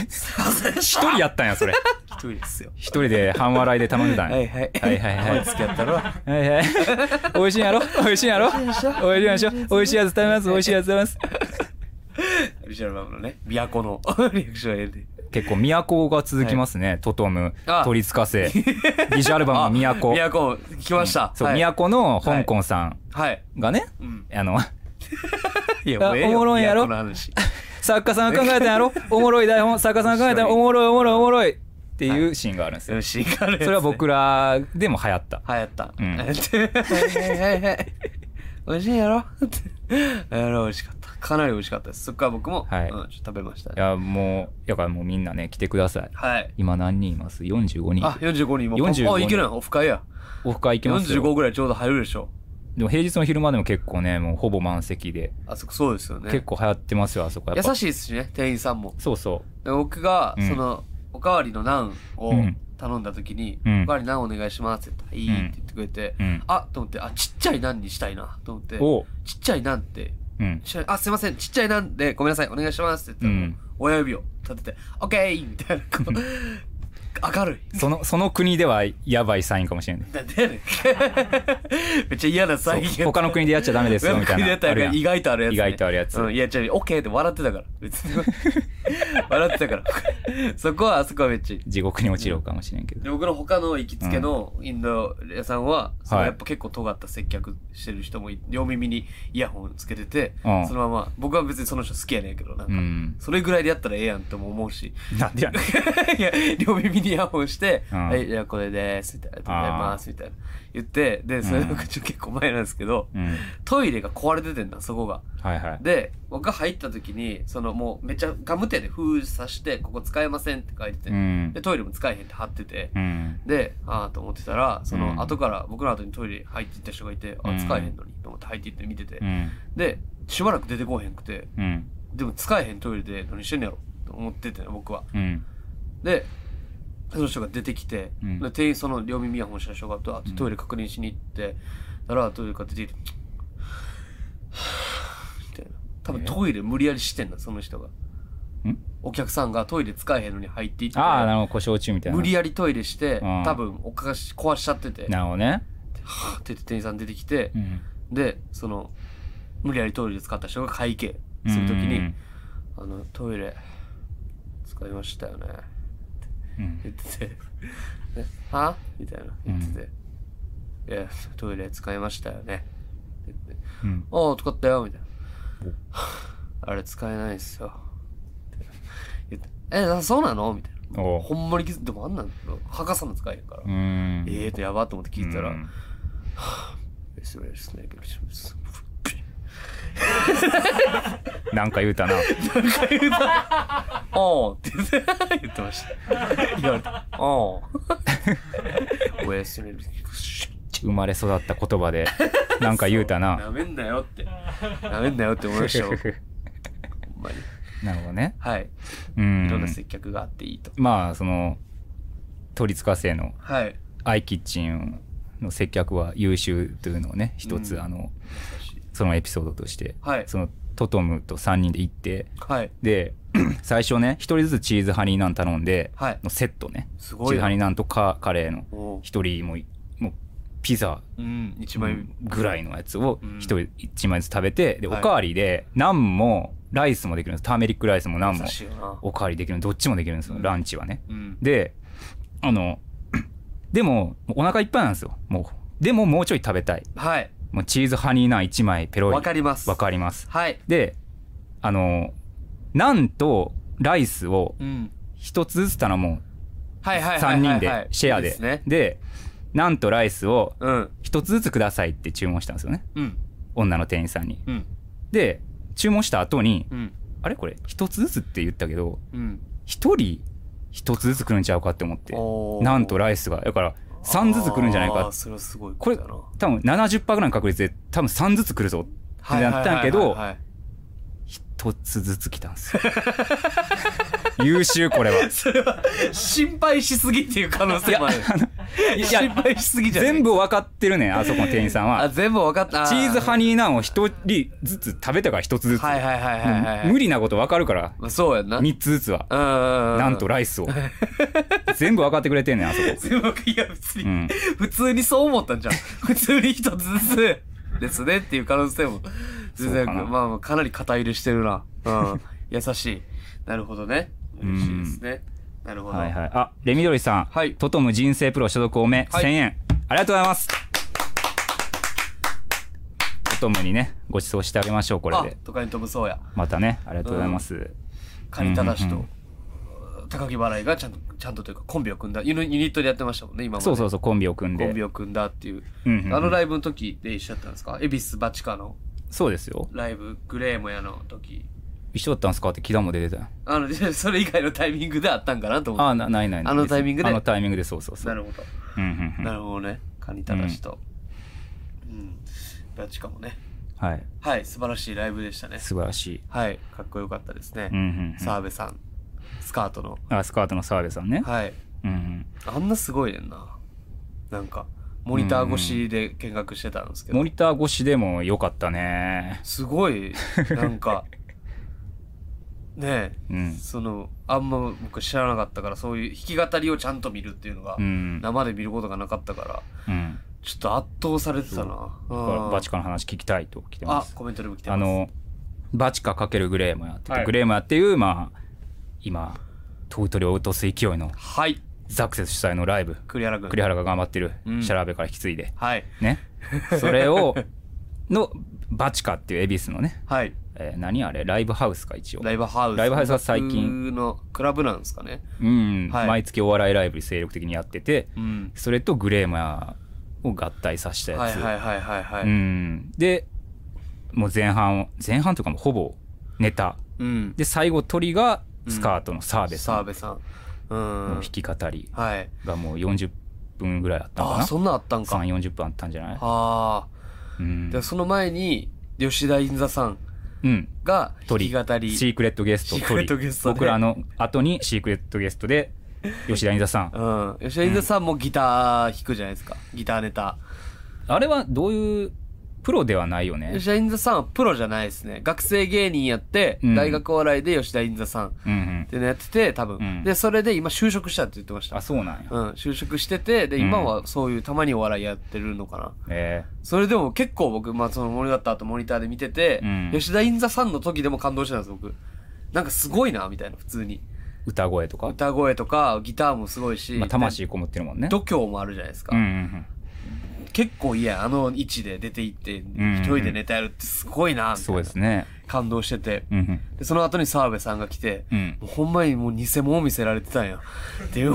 A: 一人やったんやそれ
B: 一人ですよ。
A: 一人で半笑いで頼んでたんや
B: はいはい。
A: はいはいはい
B: アホに付き合ったろう。
A: はいはい美味しいんやろ美味しいんやろ美味しいでしょ美味しいやつ食べます美味しいやつ食べます
B: ビジュアルバムのね、琵琶湖のリアクションを得て。
A: 結構都が続きますね、トトム
B: あ
A: 鳥塚生ビジュアルバムの都
B: 琵琶湖、来ました。
A: そう、
B: はい。
A: 都の香港さん
B: はい。
A: がね、
B: うん。
A: あの
B: [laughs] いや、
A: あ
B: もうええよ
A: おもろいんやろ
B: 琵琶湖の話。
A: 作家さんが考えたんや
B: [laughs]
A: ろおもろい台本作家さんが考えたんやろおもろいおもろいおもろいっていうシーンがあるんですよ、
B: よし、行かれ。
A: それは僕らでも流行った
B: はやった。 [laughs]
A: うん
B: はいはいはい。美味しいやろ [laughs] って。やろ、美味しかった。かなり美味しかったです。そっから僕も、
A: はい
B: うん、ちょっと食べました
A: い。やもうやからもうみんなね来てください
B: はい。
A: 今何人います45人
B: あ、45人も。
A: 45人
B: あ、いけない。オフ会や。
A: オフ会行きますよ
B: 45ぐらいちょうど入るでしょ。
A: でも平日の昼間でも結構ねもうほぼ満席で、
B: あそこそうですよね。
A: 結構流行ってますよあそこやっぱ
B: 優しいですしね、店員さんも。
A: そうそ
B: で僕が、
A: うん
B: その、おかわりのナンを
A: うん
B: 頼んだ時に、
A: うん
B: おかわりナンお願いしますって言ったら、いいって言ってくれて、
A: ううん
B: あと思って、あ、ちっちゃいナンにしたいな、と思って、
A: お
B: ちっちゃいナンって、
A: うん
B: しあ、すいません、ちっちゃいナンで、ごめんなさい、お願いしますって言ったら、
A: うん
B: 親指を立てて、オッケーみたいな、こう、明るい。
A: そのその国ではやばいサインかもしれない
B: なんでやねん [laughs] めっちゃ嫌な再現。
A: そう他の国でやっちゃダメですよ
B: [laughs]
A: みたいな
B: やった
A: ある
B: ら
A: やん
B: 意外とあるやつ、ね。
A: 意外とあるやつ
B: うん、いや、じゃあ、オッケーって笑ってたから。別に。笑ってたから。 [laughs] そこは、あそこはめっちゃいい。
A: 地獄に落ちるかもしれんけど、
B: で僕の他の行きつけのインド屋さんは、その
A: はい
B: やっぱ結構尖った接客してる人もい両耳にイヤホンつけてて、
A: うん
B: そのまま、僕は別にその人好きやねんけど、なん
A: う
B: か、
A: ん
B: それぐらいでやったらええやんっても思う
A: [laughs]
B: し、
A: なんでやねん
B: いや、両耳にイヤホンして、
A: うん
B: はい、じゃあこれです、みたいな、ありがとうございます、みたいな。言って、で、それなんかちょっと結構前なんですけど、
A: うん
B: トイレが壊れててんだ、そこが。
A: はいはい。
B: で、僕が入った時に、そのもうめっちゃガム手で封鎖して、ここ使えませんって書いてて、
A: うん
B: で、。トイレも使えへんって貼ってて、
A: うん。
B: で、ああと思ってたら、そ
A: うん
B: の後から、僕の後にトイレ入っていった人がいて、
A: うん
B: あ、使えへんのにと思って入っていって見てて
A: う、ん。
B: で、しばらく出てこうへんくて、
A: うん。
B: でも使えへんトイレで何してんのやろと思ってて、僕は。
A: うん。
B: で、その人が出てきて、
A: うん
B: で店員その両耳イヤホンした人がとあと
A: うん
B: トイレ確認しに行って、だからトイレから出てきて、みたいな。多分
A: え
B: トイレ無理やりしてんだ、その人が。お客さんがトイレ使えへんのに入っていって、
A: ああ、なるほど、故障中みたいな。
B: 無理やりトイレして、
A: うん
B: 多分おかし壊しちゃってて、
A: なるほどね。
B: はぁって言って店員さん出てきて
A: う、ん。
B: で、その、無理やりトイレ使った人が会計するときに、あの、トイレ、使いましたよね。
A: うん。
B: 言ってて、ではみたいな言ってて、いや、トイレ使いましたよね。って言って
A: うん。
B: ああ、使ったよ、みたいな。あれ使えないっすよ。って言ってえ、なそうなのみたいな。
A: おう
B: ほんまに気づいて、でもあんなん、博士も使えへんから。
A: うん。
B: ええと、やばと思って聞いたら、
A: うん
B: すごいですね。
A: なんか言うたな。
B: おーって言って [laughs] 言ってました。言われた。おー。おやすみ。
A: 生まれ育った言葉 [laughs] で、なんか言うたな。
B: なめんなよって。なめんなよって思い
A: [laughs]
B: ましたよ。ほんまに。
A: なるほどね。
B: はい。
A: う。
B: いろんなん接客があっていいと。
A: まあ、その、都立火星の
B: はい。
A: アイキッチンの接客は優秀というのをね、一つ、
B: うん
A: あの、そのエピソードとして、
B: はい
A: そのトトムと3人で行って、
B: はい。
A: で、 [clears throat] 最初ね、一人ずつチーズハニーナン頼んで、
B: はい
A: のセットね。
B: す
A: チ
B: ご
A: ー
B: い
A: ズハ
B: な。
A: ニーナンとカカレーの、
B: おー
A: 一人もい、もう、ピザ
B: うん。一枚
A: ぐらいのやつを
B: うん
A: 一人一枚ずつ食べて、で、お
B: はい
A: かわりで、ナンも、ライスもできるんです。ターメリックライスもナンも
B: 優、しいよな。
A: おかわりできるどっちもできるんですよ、
B: うん
A: ランチはね。
B: うん。
A: で、あの、 [clears throat] でも、お腹いっぱいなんですよ、もう。でも、もうちょい食べたい。
B: はい。
A: もうチーズハニーナン1枚ペロリ。
B: わかります。
A: わかります。
B: はい。
A: で、あの、ナンとライスを
B: うん。
A: 一つずつ頼も
B: は
A: う。
B: いはいはいは
A: 3
B: い
A: 人
B: はいはい
A: で、シェア
B: いい
A: で。
B: すね。
A: で、ナンとライスを
B: うん。
A: 一つずつくださいって注文したんですよね。
B: うん。
A: 女の店員さんに。
B: うん。
A: で、注文した後に、
B: うん。
A: あれこれ、一つずつって言ったけど、
B: うん。
A: 一人一つずつ来るんちゃうかって思って、
B: おー
A: なんとライスが、だから3ずつ来るんじゃない
B: あー
A: か。
B: それはすごい
A: これ、
B: だな
A: 多分70%ぐらいの確率で、多分3ずつ来るぞ。
B: はいはいはいはい
A: やったんやけど
B: はいはい
A: 一つずつ来たんです
B: [laughs]
A: よ。優秀、これは。
B: それは心配しすぎっていう可能性もある
A: いや
B: 心配しすぎじゃない
A: 全部分かってるねん、あそこの店員さん
B: あ
A: は。
B: 全部分かった
A: チーズハ
B: ニ
A: ニーナンを一人ずつ食べたから一つずつ。
B: はいはいはいはいはい、
A: もう無理なこと分かるから、
B: まあ、そうやんな
A: 3つずつは。な
B: なん
A: とライスを。全部分かってくれてんねん、あそこ。
B: [laughs] 全部いや別に、 [laughs]
A: うん
B: 普通にそう思ったんじゃん普通に一つずつですねっていう可能性も全然
A: そうかな
B: まあまあかなり肩入れしてるな、
A: [laughs]
B: うん、優しいなるほどね嬉しいですねなるほど
A: はいはい。あ、レミドリさん。
B: はい
A: トトム人生プロ所属多め、
B: はい
A: 1000円。ありがとうございます。トトムにね、ご馳走してあげましょう、これ
B: あ
A: で。
B: 都会に飛ぶそうや
A: またね、ありがとうございます。
B: カニタダシ
A: うんう
B: と
A: ん
B: 高木払いがちゃんとちゃんとというかコンビを組んだユニユニットでやってましたもんね今まで
A: そうそうそう、コンビを組ん
B: コ
A: で。
B: ンビを組んだっていう、
A: うんうんうん
B: あのライブの時で一緒だったんですか恵比寿バチカの
A: そうですよ。
B: ライブグレーモヤの時
A: 一緒だったんすかって木田も出てたよ。
B: あの [laughs] それ以外のタイミングであったんかなと思って
A: あ、なないないない。
B: あのタイミングで
A: あのタイミングで、そうそうそ
B: な
A: う。
B: るほど、
A: うんうんうん
B: なるほどねカニタダシとうん、バチカもね
A: はい。
B: はい素晴らしいライブでしたね
A: 素晴らしい。
B: はいかっこよかったですね、
A: うんうんうん
B: 澤部さんスカートの
A: あ、スカートの澤部さんね。
B: はい
A: うんうん。
B: あんなすごいねんな。なんか、モニター越しで見学してたんですけど、
A: モニター越しでも良かったね。
B: すごい、なん [laughs] か、ねえ、
A: うん
B: その、あんま僕知らなかったから、そういう弾き語りをちゃんと見るっていうのが、
A: うん。
B: 生で見ることがなかったから、
A: うん。
B: ちょっと圧倒されてたな。
A: だから
B: うん
A: バチカの話聞きたいと来てま
B: あ
A: す。、
B: コメントでも来てます。
A: あの、バチカ×グレーモヤって言って、
B: はい
A: グレーモヤっていう、まあ、今、東取りを落とす勢いの
B: はい、
A: ザクセス主催のライブ、
B: 栗原君。
A: 栗原が頑張ってる、
B: うん
A: シャラーベから引き継いで、
B: はい、
A: ね、それを、の、バチカっていう恵比寿のね、
B: はい、
A: えー何あれ、ライブハウスか、一応。
B: ライブハウス。
A: ライブハウスは最近。
B: のクラブなんですかね。
A: うん、
B: はい
A: 毎月お笑いライブに精力的にやってて、
B: うん。
A: それとグレーモヤを合体させたやつ。
B: はいはいはいはいはい。
A: うん、でもう前半を前半というかもうほぼネタ
B: うん。
A: で最後鳥がスカートの澤部
B: 澤
A: さ
B: 部さん。うん
A: の
B: ん
A: 弾。き語り
B: はい。
A: がもう40分ぐらいあったの
B: あ
A: か
B: あ、
A: な
B: そんなんあったんか。
A: 3 4 0分あったんじゃない
B: ああ。
A: うん
B: で、その前に、吉田銀座さん
A: うん
B: が弾
A: 鳥
B: き語り。
A: シークレットゲスト
B: シークレット
A: 鳥
B: ゲストね
A: 僕らの後にシークレットゲスト
B: [laughs]
A: で吉田稲田さん
B: うん。吉田銀座さんもギター弾くじゃないですか。ギターネタ。
A: あれはどういうプロではないよね
B: 吉田銀座さんはプロじゃないですね。学生芸人やって、
A: うん
B: 大学お笑いで吉田銀座さんっ
A: うんうん
B: ていうのやってて、多分。
A: うん
B: で、それで今就職したって言ってました
A: あ。そうなんや
B: うん、就職してて、で、
A: うん
B: 今はそういうたまにお笑いやってるのかな。
A: え
B: それでも結構僕、まあその森だった後モニターで見てて、
A: うん
B: 吉田銀座さんの時でも感動してたんです、僕。なんかすごいな、みたいな、普通に。
A: ー歌声とか
B: 歌声とか、ギターもすごいし、
A: まあ魂こもってるもんね
B: 度胸もあるじゃないですか。
A: うんうん
B: 結構いや、あの位置で出て行って、一、
A: ん
B: 人でネタやるってすごいな、
A: うん
B: み
A: そ
B: た
A: う
B: い
A: で
B: な
A: す。ね
B: 感動してて。
A: うんうん
B: で、その後に澤部さんが来て、
A: うん
B: もうほんまにもう偽物を見せられてたんや。っていう、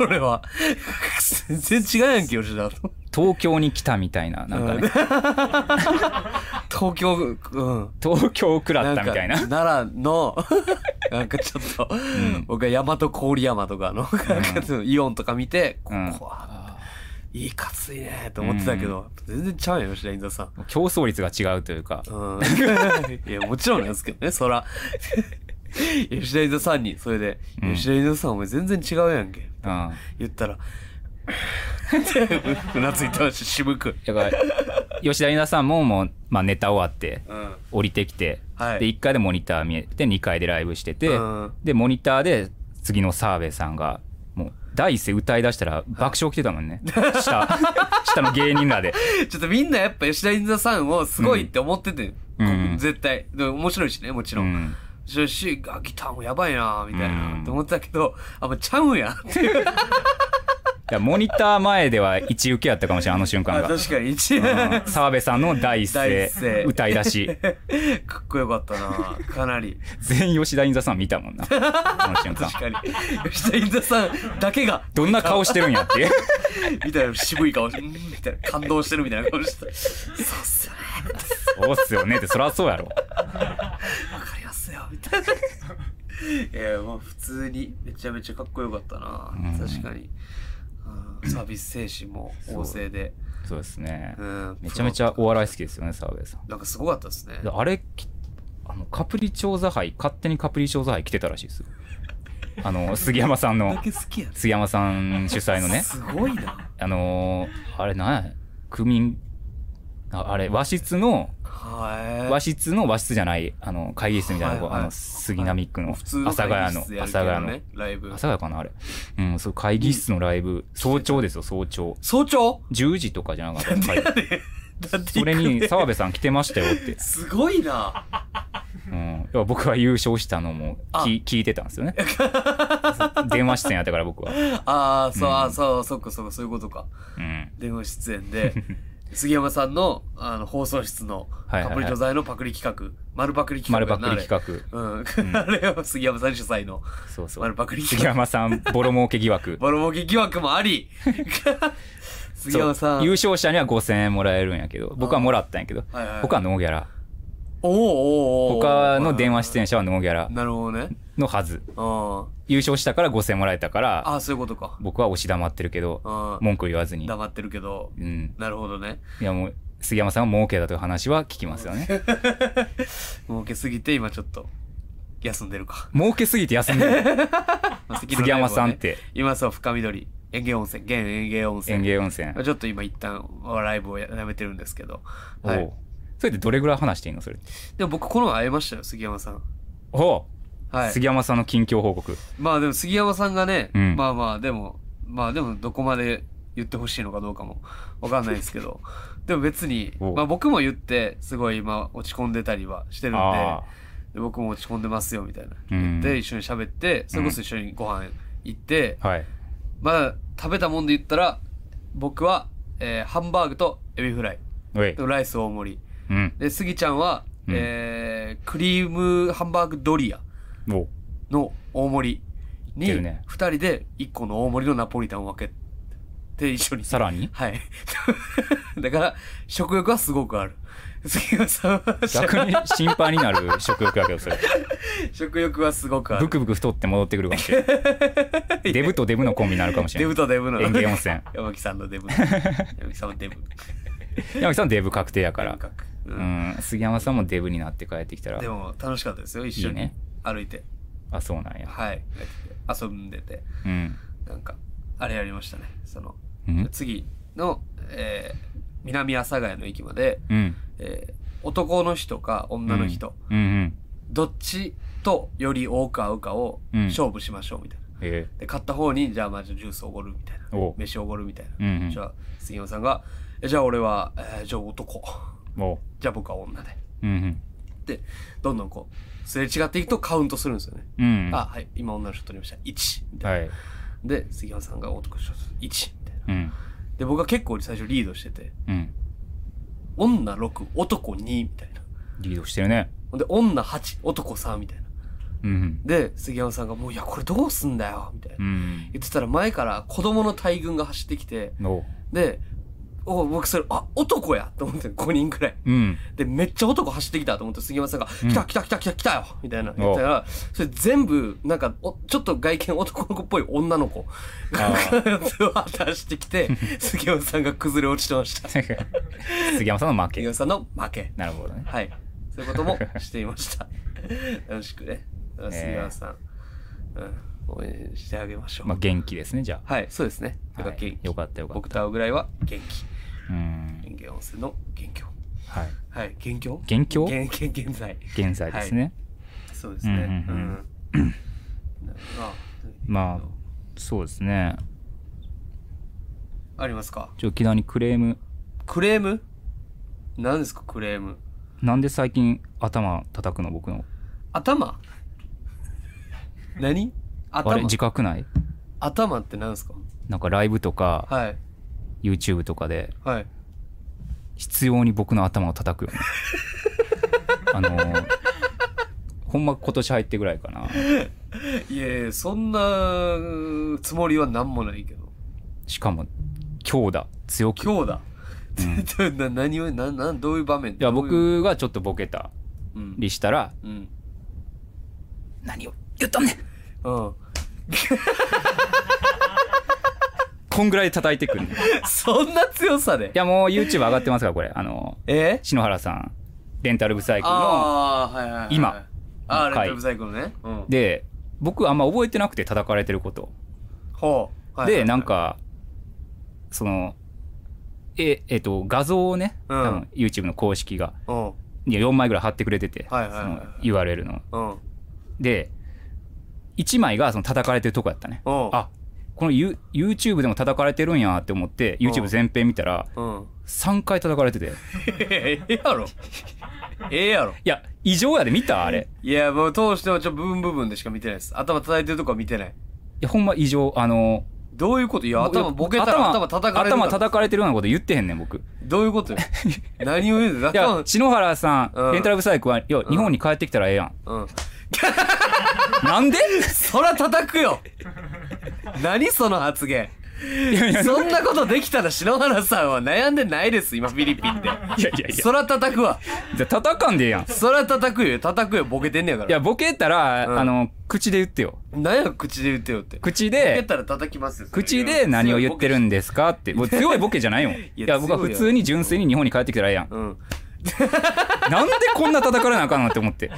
B: 俺は、全然違うやんけ、吉田と。
A: 東京に来たみたいななんか
B: [laughs]
A: ね
B: 東京、うん。
A: 東京食ら
B: な
A: っ
B: ん
A: た
B: か
A: みたいな
B: 奈良の、 [laughs] なんかちょっと、僕は大和郡山とかの、なんかイオンとか見て、こ
A: うん
B: こは、いいかついねと思ってたけど、全然ちゃうよ、吉田印座さん。
A: [laughs] 競争率が違うというか [laughs]
B: うん、いや、もちろんなんですけどね、そら。 [laughs] 吉田印座さんに、それで、
A: うん
B: 吉田印座さんお前全然違うやんけ。
A: うん
B: 言ったら、 [laughs] ってうなずいてました、渋く。
A: だから吉田稲田さんももう、まあ、ネタ終わって
B: うん。
A: 降りてきて、
B: はい
A: で1階でモニター見えて2階でライブしてて、
B: うん
A: でモニターで次の澤部さんがもう第一声歌いだしたら爆笑来てたもんね、下 [laughs] 下の芸人ら
B: [laughs]
A: で
B: ちょっとみんなやっぱ吉田印座さんをすごいって思ってて、
A: うん
B: こ絶対。でも面白いしね、もち
A: う
B: ろん。
A: ん
B: し、し、あギターもやばいなみたいな、
A: うん
B: って思ってたけど、あ、もうちゃうんやっていう。
A: だからモニター前では一受けやったかもしれないあの瞬間
B: あ
A: が
B: [laughs] 確かに、一、
A: うん澤部さんの第一
B: 第
A: 声
B: 一声
A: 歌い出し
B: [laughs] かっこよかったなかなり。
A: 全員吉田稲田さん見たもんなあの瞬間
B: 確かに。吉田印座さんだけが、
A: どんな顔してるんや
B: [laughs]
A: っていう
B: みたいな渋い顔して、うんみたいな、感動してるみたいな顔してた。そうっす
A: [laughs]
B: よね。
A: そうっすよねってそりゃそうやろ
B: わかりますよ、みたいな。 [laughs] いや、もう普通にめちゃめちゃかっこよかったな、
A: うん
B: 確かに。うんサービス精神も旺盛で。
A: そうですね、
B: うん
A: めちゃめちゃお笑い好きですよね澤部さん
B: なんかすごかったですね。
A: であれきあのカプリチョーザ杯勝手にカプリチョーザ杯来てたらしいですよあ
B: [laughs]
A: の杉山さん
B: だ
A: の
B: け好きやね。
A: 杉山さん主催のね
B: すごいな。
A: あのーあれなんや区民ああれ和室の
B: は
A: 和室の和室じゃないあの会議室みたいなとこ、
B: はいはい
A: あの杉並区
B: い。
A: の
B: もう
A: 阿
B: 普通の
A: 佐ヶ谷の阿
B: 会議室やる
A: 佐
B: けど
A: ヶ谷の
B: ね、ライ
A: 阿
B: ブ。
A: 佐ヶ谷かなあれうんそう会議室のライブ早朝ですよ早朝
B: 早朝
A: 10時とかじゃなかった
B: なんでや
A: 会
B: ねん。だって
A: そ
B: 行く
A: れに
B: ね
A: 澤部さん来てましたよって
B: すごいな。
A: うん、要は僕は優勝したのも
B: あ
A: 聞聞いてたんですよ
B: [laughs]
A: ね電話出演やったから僕は、
B: ああ、そう、あーそう、そっかそっか、そういうことか。
A: うん、
B: 電話出演
A: [laughs]
B: で杉山さんのあの放送室の
A: はいはいはい
B: カプリ除剤のパクリ企画、丸パクリ企
A: 丸
B: 画
A: パ
B: やんな
A: クリ企
B: [laughs] あれ,、うん、あれを杉山さん主催の
A: 画そうそ
B: 丸
A: う
B: パクリ
A: 杉
B: 企画
A: 山さんボロ儲け疑惑
B: ボロボケ疑惑もあり [laughs]
A: [laughs]
B: 杉山さ
A: そう優
B: ん
A: 勝者には5000円もらえるんやけど僕はもらったんやけど
B: はいはい
A: 他はノーギャラ
B: おおおうおうおう
A: 他の電話出演者はノーギャラ
B: なるほどね
A: のはず
B: うん
A: 優勝したから5000円もらえたから
B: ああそういうことか
A: 僕は押し黙ってるけど
B: うん
A: 文句言わずに、
B: 黙ってるけど
A: うん、
B: なるほど
A: [laughs]
B: ね
A: いやもう杉山さんは儲けだという話は聞きますよね
B: [laughs] 儲けすぎて今ちょっと休んでるか
A: 儲けすぎて休ん
B: [laughs]
A: でる
B: まあ関の
A: 杉
B: ライブ
A: 山
B: はね
A: さんって
B: 今そう深緑園芸温泉現園芸温泉
A: 園芸温泉
B: ちょっと今一旦ライブをややめてるんですけど、は
A: お、
B: いう
A: それでどれぐらい話していいのそれって
B: でも僕この前会いましたよ杉山さん
A: おう、
B: はい
A: 杉山さんの近況報告
B: まあでも杉山さんがね、
A: うん
B: まあまあでもまあでもどこまで言ってほしいのかどうかもわかんないですけど [laughs] でも別に、
A: おう
B: まあ、僕も言ってすごい今落ち込んでたりはしてるんで
A: あ
B: で僕も落ち込んでますよみたいな
A: うん
B: 言って一緒に喋ってそれこそ一緒にご飯行って、
A: あはい
B: まだ食べたもんで言ったら僕は、えーハンバーグとエビフライ
A: おい
B: とライス大盛り
A: うん
B: で、スギちゃんは、
A: うん
B: えー、クリームハンバーグドリア
A: おう
B: の大盛り
A: いけ
B: に、
A: るね
B: 二人で一個の大盛りのナポリタンを分けで、一緒に。
A: さらに
B: はい。 [laughs] だから、食欲はすごくある。杉浦さんは
A: 逆に心配になる食欲やけどそ
B: [laughs]
A: れ
B: 食欲はすごくあ
A: ブ
B: る。
A: クブク太って戻ってくるかも
B: [laughs]
A: しれないデブとデブのコンビになるかもしれ
B: デ
A: な
B: ブ
A: い
B: とデブの。
A: 園芸温泉
B: [laughs] 山木さんの
A: [laughs]
B: デブ。山木さんはデブ。
A: 山木さんデブ確定やから
B: とにくう
A: うんん杉山さんもデブになって帰ってきたら
B: でも、楽しかったですよ。一
A: いい
B: 緒に
A: ね
B: 歩いて。
A: あそうなんや
B: はい。帰ってきて遊んでて。
A: うん
B: なんか、あれやりましたね。その、
A: うん
B: 次の、えー南阿佐ヶ谷の駅まで、
A: うん
B: えー男の人か女の人、
A: うんうん
B: どっちとより多く合うかを
A: うん
B: 勝負しましょうみたいな。
A: え
B: で、買った方に、じゃあまずジュースおごるみたいな。
A: えおう
B: 飯おごるみたいな。
A: うん
B: じゃあ、杉山さんが、えじゃあ俺は、えーじゃあ男。
A: うんおう
B: じゃあ僕は女で。
A: うん
B: で、どんどんこう、すれ違っていくとカウントするんですよね。
A: うんうん
B: あ、はい、今女の人取りました。1。みたいな。
A: はい
B: で、杉山さんが男の人1。みたいな。
A: うん
B: で、僕は結構最初リードしてて、
A: うん
B: 女6、男2みたいな。
A: リードしてるね
B: ほんで、女8、男3みたいな。
A: うん
B: で、杉山さんが、もういや、これどうすんだよ、みたいな。
A: うん
B: 言ってたら前から子供の大群が走ってきて、
A: うんおう
B: で、お僕それ、あ、男やと思って5人くらい。
A: うん [laughs]
B: で、めっちゃ男走ってきたと思って杉山さんが、
A: うん
B: 来た来た来た来た来たよみたいな言ったら、それ全部、なんかお、ちょっと外見男の子っぽい女の子が
A: あ、
B: [laughs] 渡してきて、杉山さんが崩れ落ちてました。
A: 杉山さんの負
B: 杉
A: け
B: 山さんの負け。
A: なるほどね
B: はい。そういうこともしていま
A: [laughs]
B: した。楽しくね。杉山さん、うん、応援してあげましょう。
A: まあ元気ですねじゃ
B: はい、そうですね。
A: あ
B: だか
A: は
B: ら元
A: い
B: 気。
A: よかったよかっ
B: 僕と会うぐらいは元
A: たうん
B: 気。人間温泉の元凶。
A: はい
B: はい、元凶
A: 元凶
B: 現現現在。
A: 現在ですね
B: そうですね。
A: うんうんうん
B: うんあ
A: まそうですね
B: あ、ありますか。
A: ちょ沖縄にクレーム
B: クレーム何ですか、クレーム。
A: なんで最近頭叩くの僕の
B: 頭何
A: あれ
B: 頭
A: 自覚ない
B: 頭って何ですか
A: なんかライブとか
B: はい、
A: YouTube とかで
B: はい。
A: 必要に僕の頭を叩くよねあのーほんま今年入ってぐらいかない
B: やいや、そんなつもりは何もないけど。
A: しかも強打強くい
B: 今日だ。 [laughs] な何を、な、な、どういう場面
A: や、
B: どういう
A: 僕がちょっとボケた
B: うん。
A: りしたら
B: うん。
A: 何を言ったんねん
B: うん。 [laughs]
A: こんぐらいで叩いて
B: [laughs]
A: くる、ね、い
B: そんな強さで。
A: やもう YouTube 上がってますからこれあの
B: え
A: 篠原さんレンタルブサイクルの
B: ああ、はいはいはい。
A: 今。
B: ああ、レ
A: 回
B: ッドブサイクルね。うん。
A: で僕あんま覚えてなくて叩かれてること
B: ほう。はいはいは
A: で
B: い
A: なん、かそのええっと画像をね、
B: うん
A: 多分 YouTube の公式が
B: うん。うん。
A: いや4枚ぐらい貼ってくれてて、
B: はいはいはい
A: その URL ので1枚がその叩かれてるとこやったね
B: うん
A: あこの You- YouTube でも叩かれてるんやって思って
B: ん
A: YouTube 全編見たら
B: うん。
A: 3回叩かれててい
B: ええやろ。ええやろ。
A: や異常やで見たあれ
B: いや、もう通してはちょ、部分部分でしか見てないです。頭叩いてるとこは見てない。
A: いやほんま異常あの
B: どういうこといや、頭ボケたら頭叩かれるから。
A: 頭叩かれてるようなこと言ってへんねん僕
B: どうい
A: [laughs]
B: うことよ何を言うんだ
A: いや
B: 頭、
A: 篠原さ
B: うん
A: ん、レンタルブサイクは、いや、日本に帰ってきたらええやん。
B: うん。 [laughs]
A: なんで
B: そら叩くよ何その発言
A: いやいや、いや
B: そんなことできたら篠原さんは悩んでないです、今フィリピンで。
A: いやいや、
B: そら叩くわ。
A: じゃあ叩かんでええやん。い
B: そら叩くよ、叩くよ、ボケてんねやから。
A: や、ボケたら、
B: うん
A: あの、口で言ってよ。
B: 何や口で言ってよって。
A: 口
B: ボケ
A: で、
B: たら叩きますよ。それ
A: 口で何を言ってるんですかって。もう強いボケじゃないよ。い
B: や
A: や、僕は
B: [laughs] 強い
A: 普
B: よ
A: 通に純粋に日本に帰ってきたらええやん。
B: うん。
A: なんでこんな叩かれなあかんのって思って。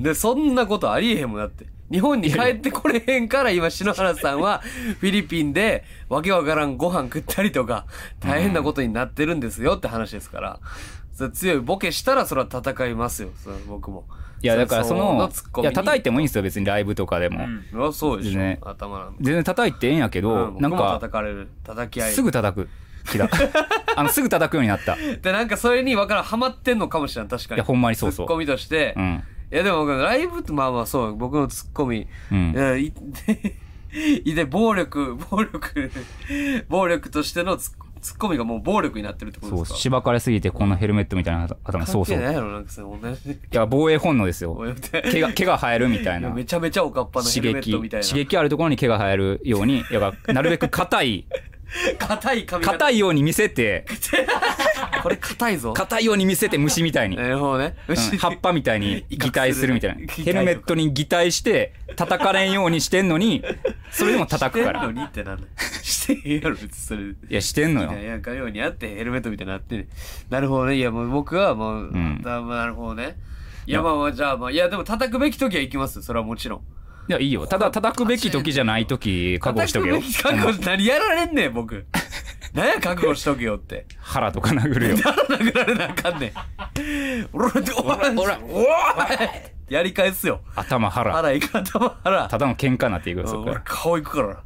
B: で、そんなことありえへんもんだって。日本に帰ってこれへんから今篠原さんはフィリピンでわけわからんご飯食ったりとか大変なことになってるんですよって話ですから。それ強いボケしたらそれは戦いますよ。それは僕も。
A: いや、だからその
B: ツッコ、
A: い
B: ミに
A: や、叩いてもいいんですよ、別にライブとかでも。
B: うんうわそうでしょ。
A: ね
B: 頭なんで。
A: 全然叩いてええんやけ
B: う
A: ど、
B: ん、
A: な
B: なんんか
A: か、
B: 叩かれる。叩き合い。
A: すぐ叩く気
B: [laughs]
A: だ。あの、すぐ叩くようになった。い
B: で、なんかそれにわからんハマってんのかもしれん、確かに。
A: や、ほんまにそうそ
B: ツッコ
A: う。
B: ミとして。
A: うん。
B: いや、でも僕ライブってまあまあそう、僕のツッコミ。
A: うん
B: い。や、い、 [laughs] いで、暴力、暴力、暴力としてのツッツッコミがもう暴力になってるってこと
A: そ
B: で
A: う、
B: すか
A: しばかれすぎてこんなヘルメットみたいな頭、そうそう。い
B: 関係ないやろ、なんかそれ同じ。
A: や、防衛本能ですよ。
B: 親みたい
A: 毛が、毛が生えるみたい
B: な
A: な。刺
B: めちゃめちゃおかっぱのヘルメッ
A: 激、
B: トみたい
A: 刺
B: な。 [laughs]
A: 激あるところに毛が生えるように、やっぱなるべく硬い
B: 硬い髪型
A: 硬いように見せて
B: これ硬いぞ
A: 硬いように見せて虫みたいに、
B: なるほどね、
A: うん葉っぱみたいに擬態するみたい
B: 擬
A: な
B: 態する
A: ヘルメットに擬態して叩かれんようにしてんのにそれでも叩くか
B: して
A: ら
B: んのにってなんだよ [laughs] してへんやろ別にそれい
A: いやしてんのよ
B: やなんかようにあってヘルメットみたいになってねなるほどねいやもう僕はもう、
A: ん
B: だまあなるほどねい
A: い
B: や
A: や
B: まあまあじゃあまあいやでも叩くべき時は行きますよそれはもちろん
A: いやいいよただ叩くべき時じゃない時覚悟しとけよ
B: 叩くべき覚悟 [laughs] 何やられんねん僕何や覚悟しとけよって
A: 腹とか殴
B: [laughs]
A: るよ
B: 殴られなあかんねんおらおらおらおやり返すよ
A: 頭腹
B: 腹いか頭腹
A: ただの喧嘩になっていくよそこから
B: 俺
A: い
B: 顔いくから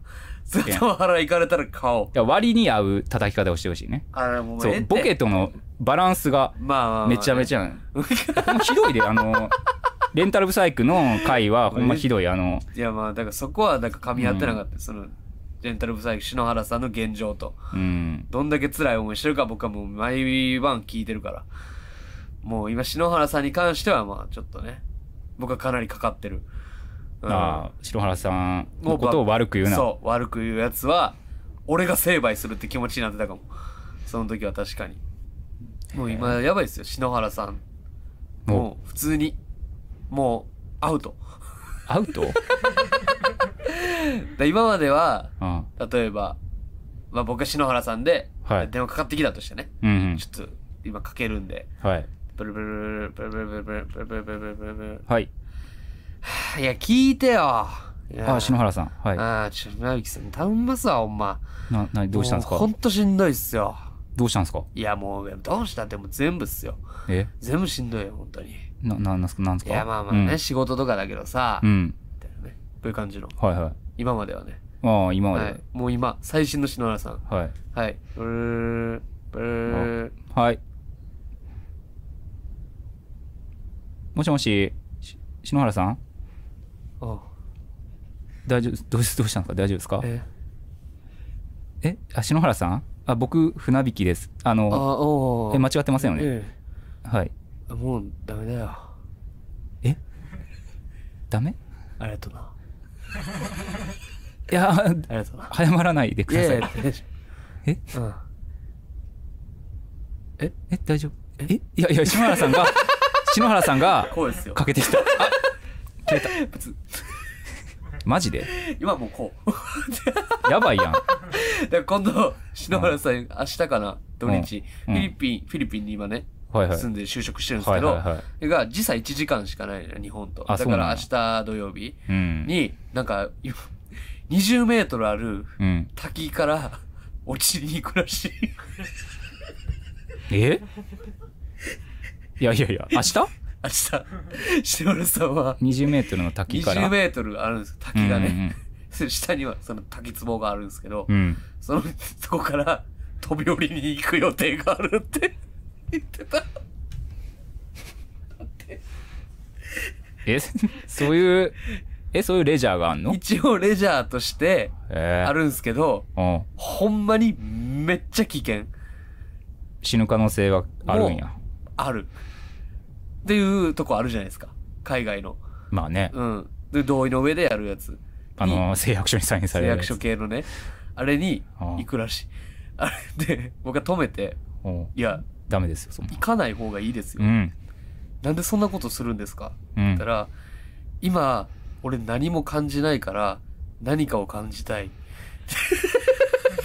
B: 頭腹いかれたら顔
A: や割に合う叩き方をしてほしいね
B: あれもう
A: そう
B: ええって
A: ボケとのバランスが
B: まあまあまあ
A: めちゃめ
B: ゃ
A: ちゃなのもうひどいであ
B: [laughs]
A: のレンタルブサイクの回はほんまひどいあの
B: いやまあだからそこはなんか噛み合ってなかった、そのレンタルブサイク篠原さんの現状と
A: うん
B: どんだけ辛い思いしてるか僕はもう毎晩聞いてるからもう今篠原さんに関してはまあちょっとね僕はかなりかかってる、うん
A: ああ篠原さんのことを悪く言うな
B: そう悪く言うやつは俺が成敗するって気持ちになってたかもその時は確かにもう今やばいですよ篠原さんもう普通にもうアウト
A: アウト
B: で今までは
A: うん
B: 例えば、まあ、僕が篠原さんで、
A: はい
B: 電話かかってきたとしてね
A: うんうん
B: ちょっと今かけるんで
A: はい
B: ブルブルブルブルブルブルブルブルブルブルブル
A: はい
B: いや聞いてよいや
A: ああ篠原さんはい
B: ああちょっと直樹さん頼んますわほんま
A: な何どうしたんです
B: も
A: か
B: ほんとしんどいっすよ
A: どうしたんですか
B: いやもうどうしたってもう全部っすよ
A: え
B: 全部しんどいよ本当にい
A: ななんですかなんですか
B: やまあまあね、仕事とかだけどさ、
A: うん
B: み
A: うん
B: たいなねこういう感じの
A: はいはい
B: 今まではね、
A: ああ今ま
B: は
A: で
B: い、もう今最新の篠原さん
A: はい
B: はいブルーブルー
A: はい。もしもし、し篠原さん
B: あ
A: 大丈夫どうしどうしたんですか大丈夫ですかえ
B: え
A: あ、篠原さんあ、僕、船引きです。あ
B: あ
A: の、
B: お
A: え間違ってませんよね、
B: え
A: はい。
B: えもうダメだよ
A: ダメ
B: ありがとうない
A: や、 [laughs]
B: ありがとうな
A: 早まらないでください。
B: え
A: え
B: うん
A: え、大丈夫えいやいや、篠原さんが、 [laughs] 篠原さんが、
B: こうですよ
A: かけてきた。あ、切れた。マジで
B: 今もうこう
A: やばいやん。
B: で今度篠原さん、明日かな土日、
A: うん
B: フィリピンフィリピンに今ね
A: はいはい。
B: 住んで就職してるんです
A: は
B: け
A: い
B: ど、
A: はいはい。
B: が時差1時間しかないのよ日本と
A: あ
B: だ
A: そう
B: か
A: なん
B: ら
A: や
B: 明日土曜日
A: うん。
B: になんか20メートルある
A: うん。
B: 滝から [laughs] 落ちに行くらしい
A: えいやいやいや、明日
B: 明日篠原さんは
A: 20メートルの滝から。
B: 20メートルあるんです滝が
A: うんうんう
B: ね
A: ん、
B: [laughs] 下にはその滝壺があるんですけど、
A: うん。
B: そのそこから [laughs] 飛び降りに行く予定があるって [laughs] 言ってた
A: え、そういう、え、そういうレジャーがあんの
B: 一応レジャーとして
A: えー
B: あるんですけど、
A: うん。
B: ほんまにめっちゃ危険
A: 死ぬ可能性があるんや
B: も。あるっていうとこあるじゃないですか海外の
A: まあね、
B: うんで同意の上でやるやつ
A: あの、誓約書にサインさ
B: 誓
A: れるや
B: 約
A: つ。
B: 書系のねあれに
A: ああ
B: 行くらしいあれで僕は止めて
A: うん
B: いや
A: ダメですよ、そんな
B: 行。かない方がいいですよ、
A: うん。
B: なんでそんなことするんですか
A: う
B: って言った
A: ん。
B: ら今俺何も感じないから何かを感じたい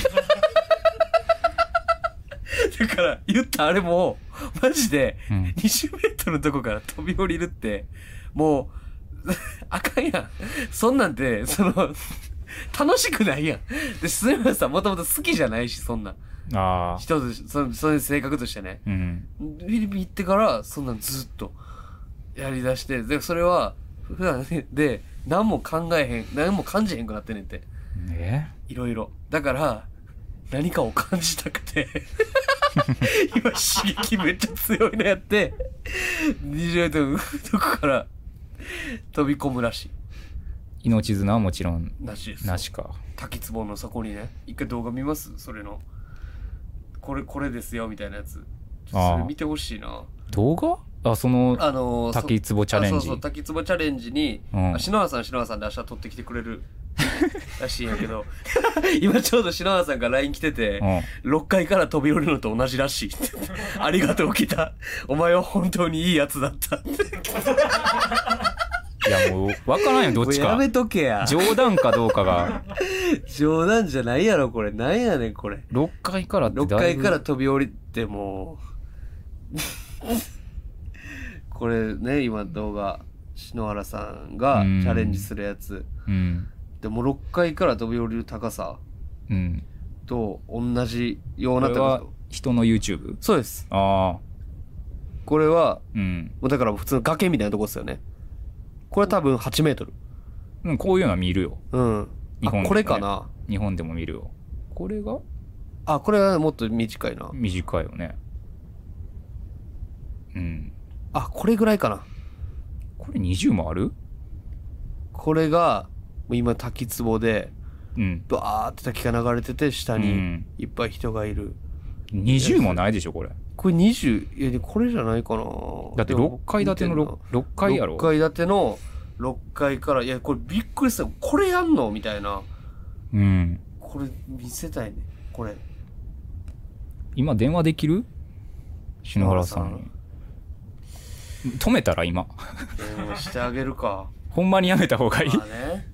B: [laughs] だから言ったあれもマジで
A: うん
B: 20メートルのとこから飛び降りるってもう [laughs] あかんやんそんなんてその楽しくないやんで杉村さんもともと好きじゃないしそんなん
A: ああ。
B: 人としそのそういう性格としてね
A: うん。
B: フィリピン行ってからそんなんずっとやりだしてでそれは普段ね [laughs] で何も考えへん何も感じへんくなってんねんて
A: え
B: いろいろだから何かを感じた
A: [laughs]
B: くて今刺激めっちゃ強いのやって20度のとこから飛び込むらし
A: 命綱はもちろん、
B: いらしいです
A: なしか。
B: 滝壺の底にね一回動画見ますそれのこれこれですよみたいなやつちょっとそれ見てほしいな
A: 動画あ、その、
B: あのーそ
A: 滝壺チャレン
B: あ
A: ジ
B: そうそう、滝壺チャレンジに、
A: うん [laughs]
B: あ篠原さん、篠原さんで明日取ってきてくれるらしいんやけど [laughs] 今ちょうど篠原さんから LINE 来てて6階から飛び降りるのと同じらしいって
A: [laughs]
B: 言ってありがとう来たお前は本当にいいやつだったって
A: いやもう分からんよどっち
B: もう
A: か
B: やめとけや
A: 冗談かどうかが
B: 冗談じゃないやろこれなんやねんこれ
A: 6階からってだい
B: 6
A: ぶ
B: 階から飛び降り
A: [laughs]
B: てもうこれね今動画篠原さんが
A: うん
B: チャレンジするやつ
A: うん
B: でも6階から飛び降りる高さ
A: うん
B: と同じよ
A: こ
B: うなっ
A: れ
B: て
A: は
B: こと
A: 人の YouTube?
B: そうです
A: ああ
B: これは
A: うん
B: もうだから普通の崖みたいなとこですよねこれ多分8メートル
A: うんこういうのは見るよ
B: うん
A: 日
B: あ
A: 本でもね
B: これかな
A: 日本でも見るよこれが
B: あこれはもっと短いな
A: 短いよねうん
B: あこれぐらいかな
A: これ20もある
B: これがもう今滝壺で
A: うん
B: バーって滝が流れてて下
A: う
B: に
A: ん
B: いっぱい人がいる、
A: 20もないでしょこれ
B: これ20いやでこれじゃないかな
A: だって
B: で
A: 6
B: も
A: 階建ての 6, 六階やろ
B: 6階建ての6階からいやこれびっくりしたこれやんのみたいな
A: うん
B: これ見せたいねこれ
A: 今電話できる篠原さんに止めたら今
B: 電話してあげるか
A: ほんまにやめた方がいい
B: まあね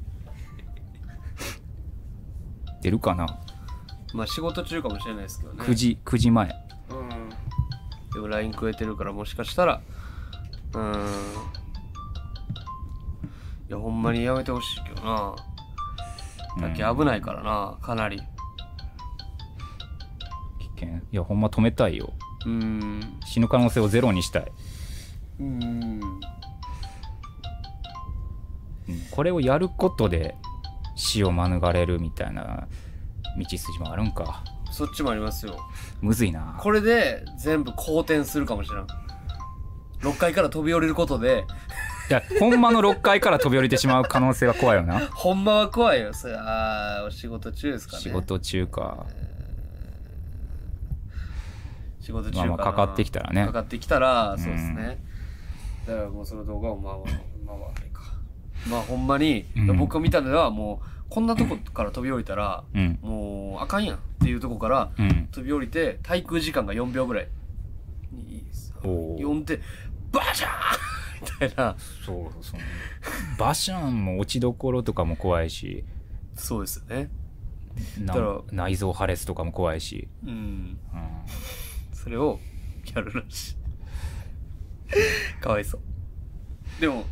A: 出るかな
B: まあ仕事中かもしれないですけどね
A: 9時9時前
B: うんでも LINE くれてるからもしかしたらうーんいやほんまにやめてほしいけどな滝危ないからなかなり
A: 危険いやほんま止めたいよ
B: うーん
A: 死ぬ可能性をゼロにしたい、
B: うーん
A: うんこれをやることで死を免れるみたいな道筋もあるんか
B: そっちもありますよ
A: むずいな
B: これで全部好転するかもしれん6階から飛び降りることで
A: いやほんまの6階から飛び降りてしまう可能性は怖いよな
B: ほんまは怖いよそれあーお仕事中ですかね
A: 仕事中か
B: 仕事中
A: まあ
B: かな
A: まあかかってきたらね
B: かかってきたらそうですねだからもうその動画をまあまあまあまああれかまあほんまに、
A: うん
B: 僕が見たのではもうこんなとこから飛び降りたら
A: うん
B: もうあかんやんっていうとこから
A: うん
B: 飛び降りて滞空時間が4秒ぐらい
A: おー
B: 4でバシャーンみたいな
A: そうそうバシャンも落ちどころとかも怖いし
B: そうですよね
A: な
B: だから
A: 内臓破裂とかも怖いし、
B: うん
A: うん
B: それをやるらしいかわいそうでも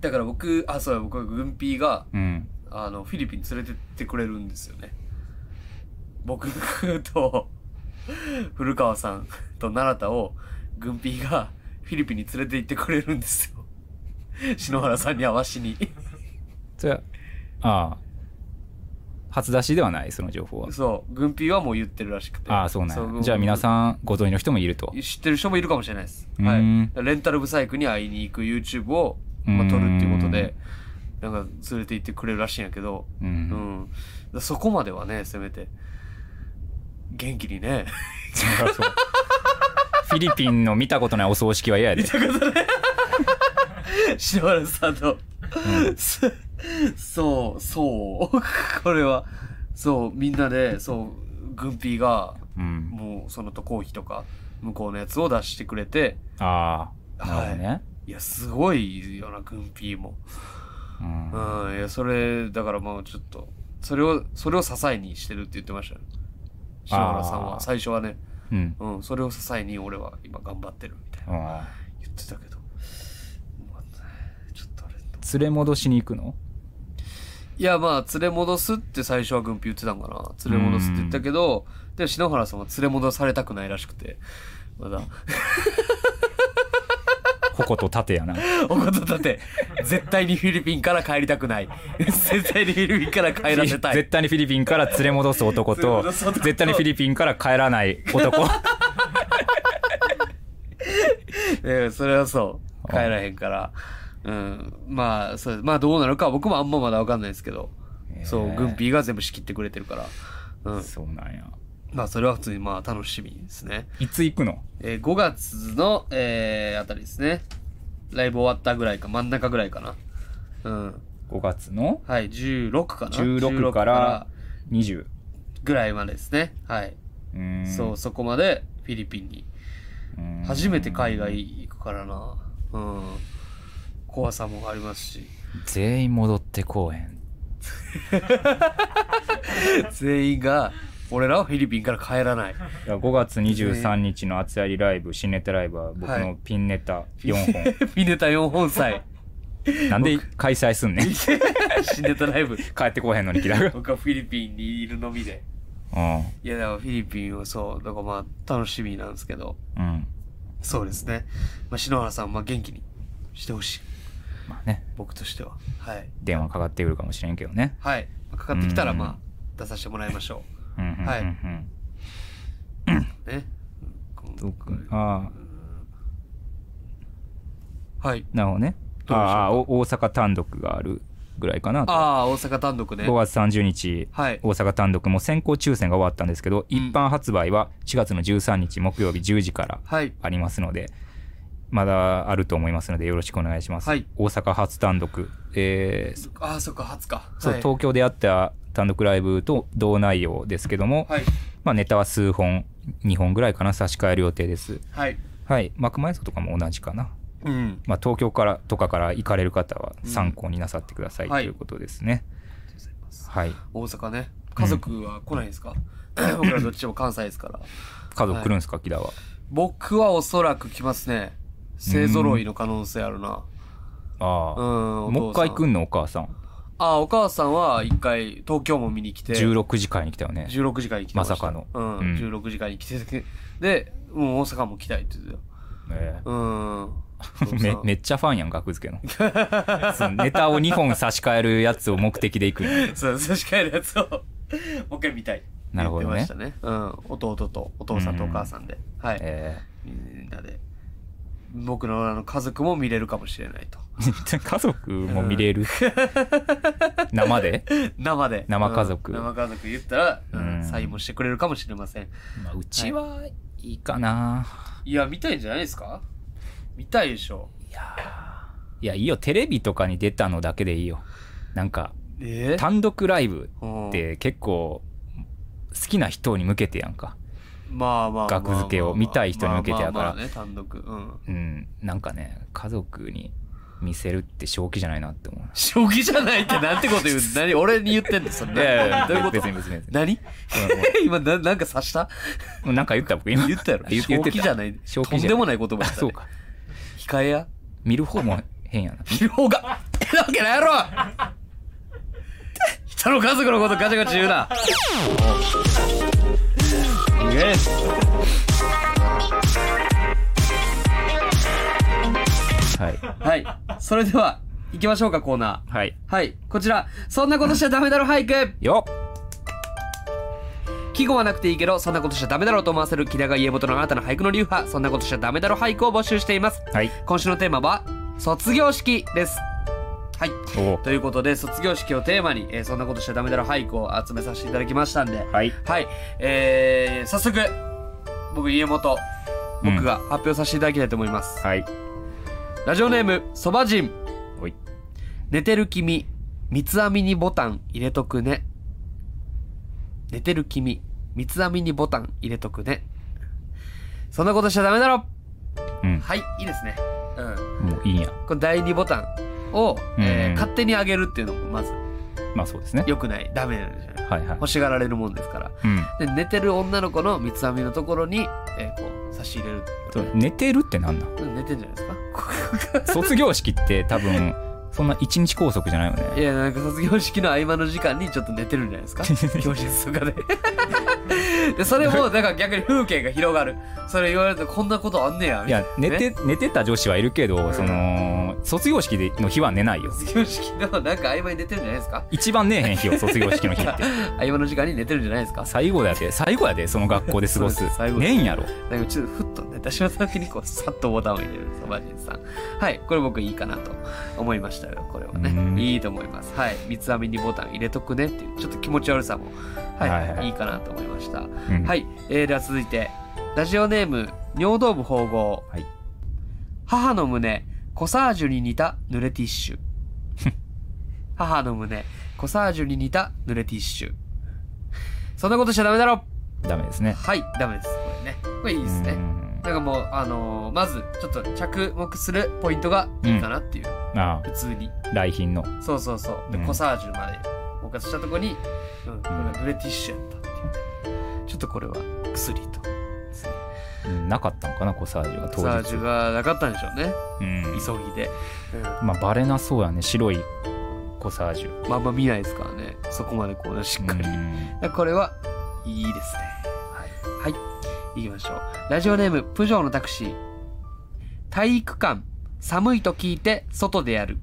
B: だから僕あそうや僕は軍ピーが
A: うん、
B: あのフィリピン連れてってくれるんですよね僕と古川さんと奈良田を軍ピーがフィリピンに連れて行ってくれるんですよ篠原さんに合わ
A: [laughs]
B: しに
A: それはああ初出しではないその情報は
B: そう軍ピーはもう言ってるらしくて
A: ああそうなんやじゃあ
B: ん
A: 皆さんご存知の人もいると
B: 知ってる人もいるかもしれないです。
A: うー
B: は
A: ん
B: い、レンタルブサイクに会いに行く YouTube を、まあ、撮るっていうことで、なんか連れて行ってくれるらしいんやけど、
A: う
B: うんん。そこまではね、せめて、元気にね、 [laughs]
A: そりゃそう [laughs] フィリピンの見たことないお葬式は嫌やで
B: 篠原さんの、そそう、そう、 [laughs] これは、そう、みんなで、そう、軍ピーが、
A: うん
B: もうその渡航費とか、向こうのやつを出してくれて、
A: ああなるほどね、
B: いや、すごいよな、軍ピーも。
A: うん
B: うん、いや、それ、だからもうちょっと、それを、それを支えにしてるって言ってましたよ。篠原さん
A: あ
B: は、
A: ー
B: 最初はね、
A: うん
B: うん、それを支えに俺は今頑張ってるみたいな
A: うん
B: 言ってたけど、まあちょっとあれ。
A: 連れ戻しに行くの
B: いや、まあ、連れ戻すって最初は軍ピ言ってたんかな。連れ戻すって言ったけど、でも篠原さんは連れ戻されたくないらしくて、まだ、
A: 矛と盾やな
B: おことだって、絶対にフィリピンから帰りたくない。絶対にフィリピンから帰らせたい。
A: 絶対にフィリピンから連れ戻す男
B: 連れ
A: と
B: 戻す男
A: 絶対にフィリピンから帰らない男
B: ええそれはそう。帰らへんから。うん。まあ、そうまあどうなるかは僕もあんままだわかんないですけど。 [laughs] そう、軍備が全部仕切ってくれてるから。うん。
A: そうなんや
B: まあそれは普通にまあ楽しみですね。
A: いつ行くの
B: えー5月の、えーあたりですね。ライブ終わったぐらいか、真ん中ぐらいかな。うん。
A: 5月の
B: はい、16かな
A: 16から20
B: ぐらいまでですね。はい。
A: うーん
B: そう、そこまでフィリピンに。
A: うーん
B: 初めて海外行くからな。うん。怖さもありますし。
A: 全員戻って公演
B: [laughs] 全員が、俺らはフィリピンから帰らない。 [laughs]
A: いや5月23日の「熱やりライブ」新ネタライブは僕
B: は
A: の
B: い
A: ピンネタ4本、
B: [laughs] ピネタ4本 [laughs] 祭。
A: なんで開催すんねん
B: 新ネタライブ。
A: 帰ってこへんのにキラが
B: [laughs] 僕はフィリピンにいるのみで。
A: う
B: いや、だからフィリピンはそう、だからまあ、楽しみなんですけど。
A: んうん
B: そうですね。まあ、篠原さん、まあ、元気にしてほしい。
A: まあね
B: 僕としては。はい。
A: 電話かかってくるかもしれんけどね
B: はい。まあかかってきたら、
A: うん
B: まあ、出させてもらいましょ
A: うんうんうんうん、
B: はいう。ね。うん
A: そうかあ
B: はい。
A: あなるほどね
B: どうでしょうか
A: ああお大阪単独があるぐらいかなと
B: ああ、大阪単独ね
A: 5。月30日、
B: はい
A: 大阪単独も先行抽選が終わったんですけど、
B: うん
A: 一般発売は4月の13日木曜日10時から
B: はい。
A: ありますのでまだあると思いますのでよろしくお願いします、
B: はい
A: 大阪初単独、えー
B: そっかああ、そっか、初か。
A: そう
B: はい
A: 東京でやった単独ライブと同内容ですけども、
B: はい。
A: まあ、ネタは数本2本ぐらいかな差し替える予定です
B: はい。
A: はい幕前とかも同じかな、
B: うん。
A: まあ、東京からとかから行かれる方は参考になさってください、
B: うんはい
A: ということですねはい
B: 大阪ね。家族は来ないんですか、僕らどっちも関西ですから。
A: 家族来るんすか、木田は
B: 僕はおそらく来ますね。勢揃いの可能性あるな。
A: あ
B: う
A: あ、
B: ん。
A: もう一回来
B: ん
A: んのお母さん
B: ああ、お母さんは一回東京も見に来て。
A: 16時会に来たよね
B: 16時間に来てした
A: まさかの
B: うん、
A: うん
B: 16時間に来てでもう大阪も来たいって言ってたよ
A: え
B: うーん
A: え [laughs] めめっちゃファンやん学
B: [laughs]
A: 付けのそのネタを2本差し替えるやつを目的で行くん
B: [laughs]
A: や
B: そう差し替えるやつを [laughs] もう一回見たいって
A: な
B: 言
A: る
B: っ
A: ほ
B: て
A: どね
B: ましたねうん、弟とお父さんとお母さんで、はい、
A: え
B: みんなで僕のあの家族も見れるかもしれない
A: [laughs]
B: と
A: え家族も見れる生
B: [laughs]
A: で、
B: 生で
A: 生家族
B: うん生家族言ったら、う
A: うん
B: ん、サインもしてくれるかもしれません
A: まあ、うちはいいかな、
B: いや見たいんじゃないですか見たいでしょ
A: い、やーいやいいよテレビとかに出たのだけでいいよなんか
B: え
A: 単独ライブ
B: うん
A: って結構好きな人に向けてやんか
B: まあまあまあまあまあ
A: 額付けを見たい人に向けてやから
B: まあまあまあね単独うん
A: うんなんかね家族に見せるって正気じゃないなって思う
B: 将棋じゃないってなんてこと
A: [laughs]
B: 言う何俺に言ってんのそれ
A: いやいや
B: どういうこと
A: [laughs] 別に別に別に
B: 何 [laughs]
A: ごめんごめん
B: 今ななんか刺した
A: もうなんか言った僕今
B: 言っ
A: [laughs]
B: たやろ
A: 言
B: 将
A: 言って
B: 棋
A: た
B: じゃない
A: 正気じゃない
B: とんでもない言葉
A: あ
B: だった
A: そう
B: ね
A: か
B: 控えや
A: 見る方も変やな
B: 疲労がなわけないやろ人の家族のことガチャガチャ言うなイエス
A: はい
B: はいそれでは行きましょうかコーナ
A: はい
B: ーはいこちらそんなことしちゃダメだろ俳句
A: よ
B: 季語はなくていいけどそんなことしちゃダメだろうと思わせるキラが家元の新たな俳句の流派そんなことしちゃダメだろ俳句を募集しています
A: っはい
B: 今週のテーマは卒業式ですはい
A: おお
B: ということで卒業式をテーマに、えーそんなことしちゃダメだろ俳句を集めさせていただきましたんで
A: はい
B: はいえー、早速僕家元
A: うん
B: 僕が発表させていただきたいと思います、
A: はい
B: ラジオネームそば人
A: おい
B: 寝てる君三つ編みにボタン入れとくね寝てる君三つ編みにボタン入れとくねそんなことしちゃダメだろ
A: うん
B: はいいいですねうん
A: もういいんや
B: この第2ボタンを、えー
A: うん
B: 勝手に上げるっていうのもまず
A: まあそうですね
B: 良くないダメなんじゃない
A: はいはい
B: 欲しがられるもんですから
A: うん
B: で寝てる女の子の三つ編みのところに、えーこう差し入れる
A: そう寝てるってなんなん
B: 寝てんじゃないですか
A: [laughs] 卒業式って多分そんな一日拘束じゃないよ
B: い
A: ね
B: やなんか卒業式の合間の時間にちょっと寝てるんじゃな
A: [laughs]
B: いですか教室とかで [laughs] でそ
A: [laughs]
B: れもだから逆に風景が広がるそれ言われるとこんなことあんねや
A: いや寝て寝てた女子はいるけど
B: ん
A: その卒業式の日は寝ないよ
B: 卒業式のなんか合間に寝てるんじゃないですか
A: 一番寝えへん
B: [laughs]
A: 日を卒業式の日って
B: 合間の時間に寝てるんじゃないですか
A: 最後やで最後やでその学校で過ごす
B: そうです最後
A: 寝んやろ
B: なんかちょっとふっと寝た瞬間にこうさっとボタンを入れるそばじんさんはいこれ僕いいかなと思いましたよこれは
A: うん
B: ねいいと思いますはい三つ編みにボタン入れとくねっていうちょっと気持ち悪さもはい、
A: はい
B: い
A: はい
B: い、かなと思いました
A: うん
B: はい、えー、では続いてラジオネーム尿道部縫合、
A: はい [laughs]
B: 母の胸コサージュに似た濡れティッシュ母の胸コサージュに似た濡れティッシュそんなことしちゃダメだろ
A: ダメですね
B: はいダメですこれねこれいいです
A: う
B: ね
A: ん
B: なんかもうあのーまずちょっと着目するポイントがいいかなっていう、
A: あ
B: 普通に
A: あ来賓の
B: そうそうそうで、
A: うん
B: コサージュまで包括したとこに、うん、これが濡れティッシュやったっていうねちょっとこれは薬と
A: うんなかったのかなコサージュが当日
B: コサージュがなかったんでしょうね
A: うん
B: 急ぎで、
A: まあバレなそうやね白いコサージュ
B: うん、まああんま見ないですからねそこまでこうねしっかり、
A: うん
B: でこれはいいですねはい、はい、いきましょうラジオネームプジョーのタクシー体育館寒いと聞いて外でやる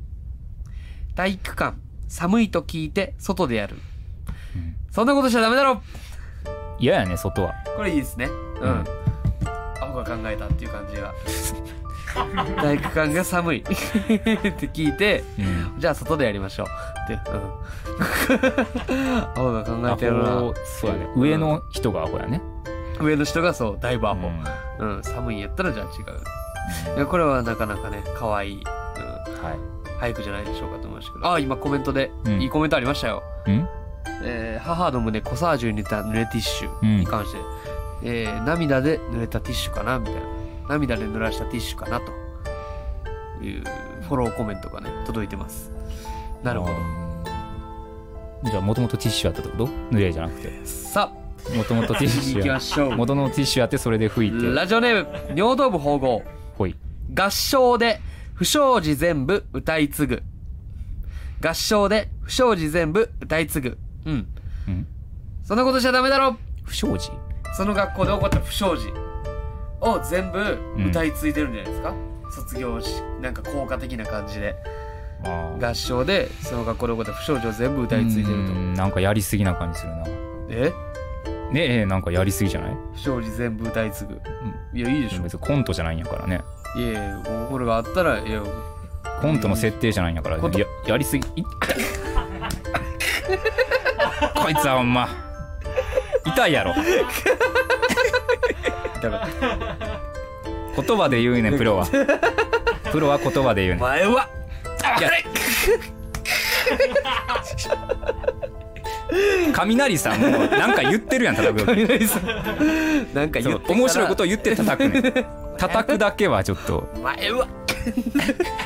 B: 体育館寒いと聞いて外でやる、
A: うん
B: そんなことしちゃダメだろ
A: 嫌やね外は
B: これいいですねうん、
A: うん
B: アホが考えたっていう感じが [laughs] 体育館が寒いって聞いて
A: うん
B: じゃあ外でやりましょうって [laughs] うんアホが考えてる
A: ア
B: な
A: ホそうやね上の人がアホやね
B: 上の人がそうだいぶアホ、
A: うんは
B: うん寒いんやったらじゃあ違ういやこれはなかなかね可愛いうん、俳句じゃないでしょうかと思いましたけどあ今コメントで、
A: うん
B: いいコメントありましたよ、
A: いうん
B: えー母の胸コサージュに似た濡れティッシュ
A: うん
B: に関して、えー涙で濡れたティッシュかなみたいな涙で濡らしたティッシュかなというフォローコメントがね届いてますなるほど
A: どじゃあもともとティッシュやったってこと濡れじゃなくて
B: さあ
A: もともとティッシ
B: 次行
A: ュ
B: き
A: や
B: ましょう
A: 元のティッシュやってそれで拭いて
B: ラジオネーム尿道部縫合
A: ほい
B: 合唱で不祥事全部歌い継ぐ合唱で不祥事全部歌い継ぐうん
A: うん
B: そんなことしちゃダメだろ
A: 不祥事
B: その学校で起こった不祥事を全部歌い継いでるんじゃないですか、卒業しなんか効果的な感じで
A: あ
B: 合唱でその学校で起こった不祥事を全部歌い継いでると
A: うんなんかやりすぎな感じするなね
B: え
A: ええなんかやりすぎじゃない
B: 不祥事全部歌い継ぐいやいいでしょ
A: 別にコントじゃないんやからね
B: いやいやもうこれがあったらいや
A: コントの設定じゃないんやから
B: コント
A: ややりすぎい [laughs] こいつはほんま痛いやろ
B: だから
A: 言葉で言うねプロ
B: [laughs]
A: はプロは言葉で言うね
B: お前はい [laughs]
A: や雷さんもなんか言ってるやん叩く時
B: 雷さんなんか
A: そ
B: 言っ
A: う
B: てから
A: 面白いことを言って叩くね叩くだけはちょっと
B: 前は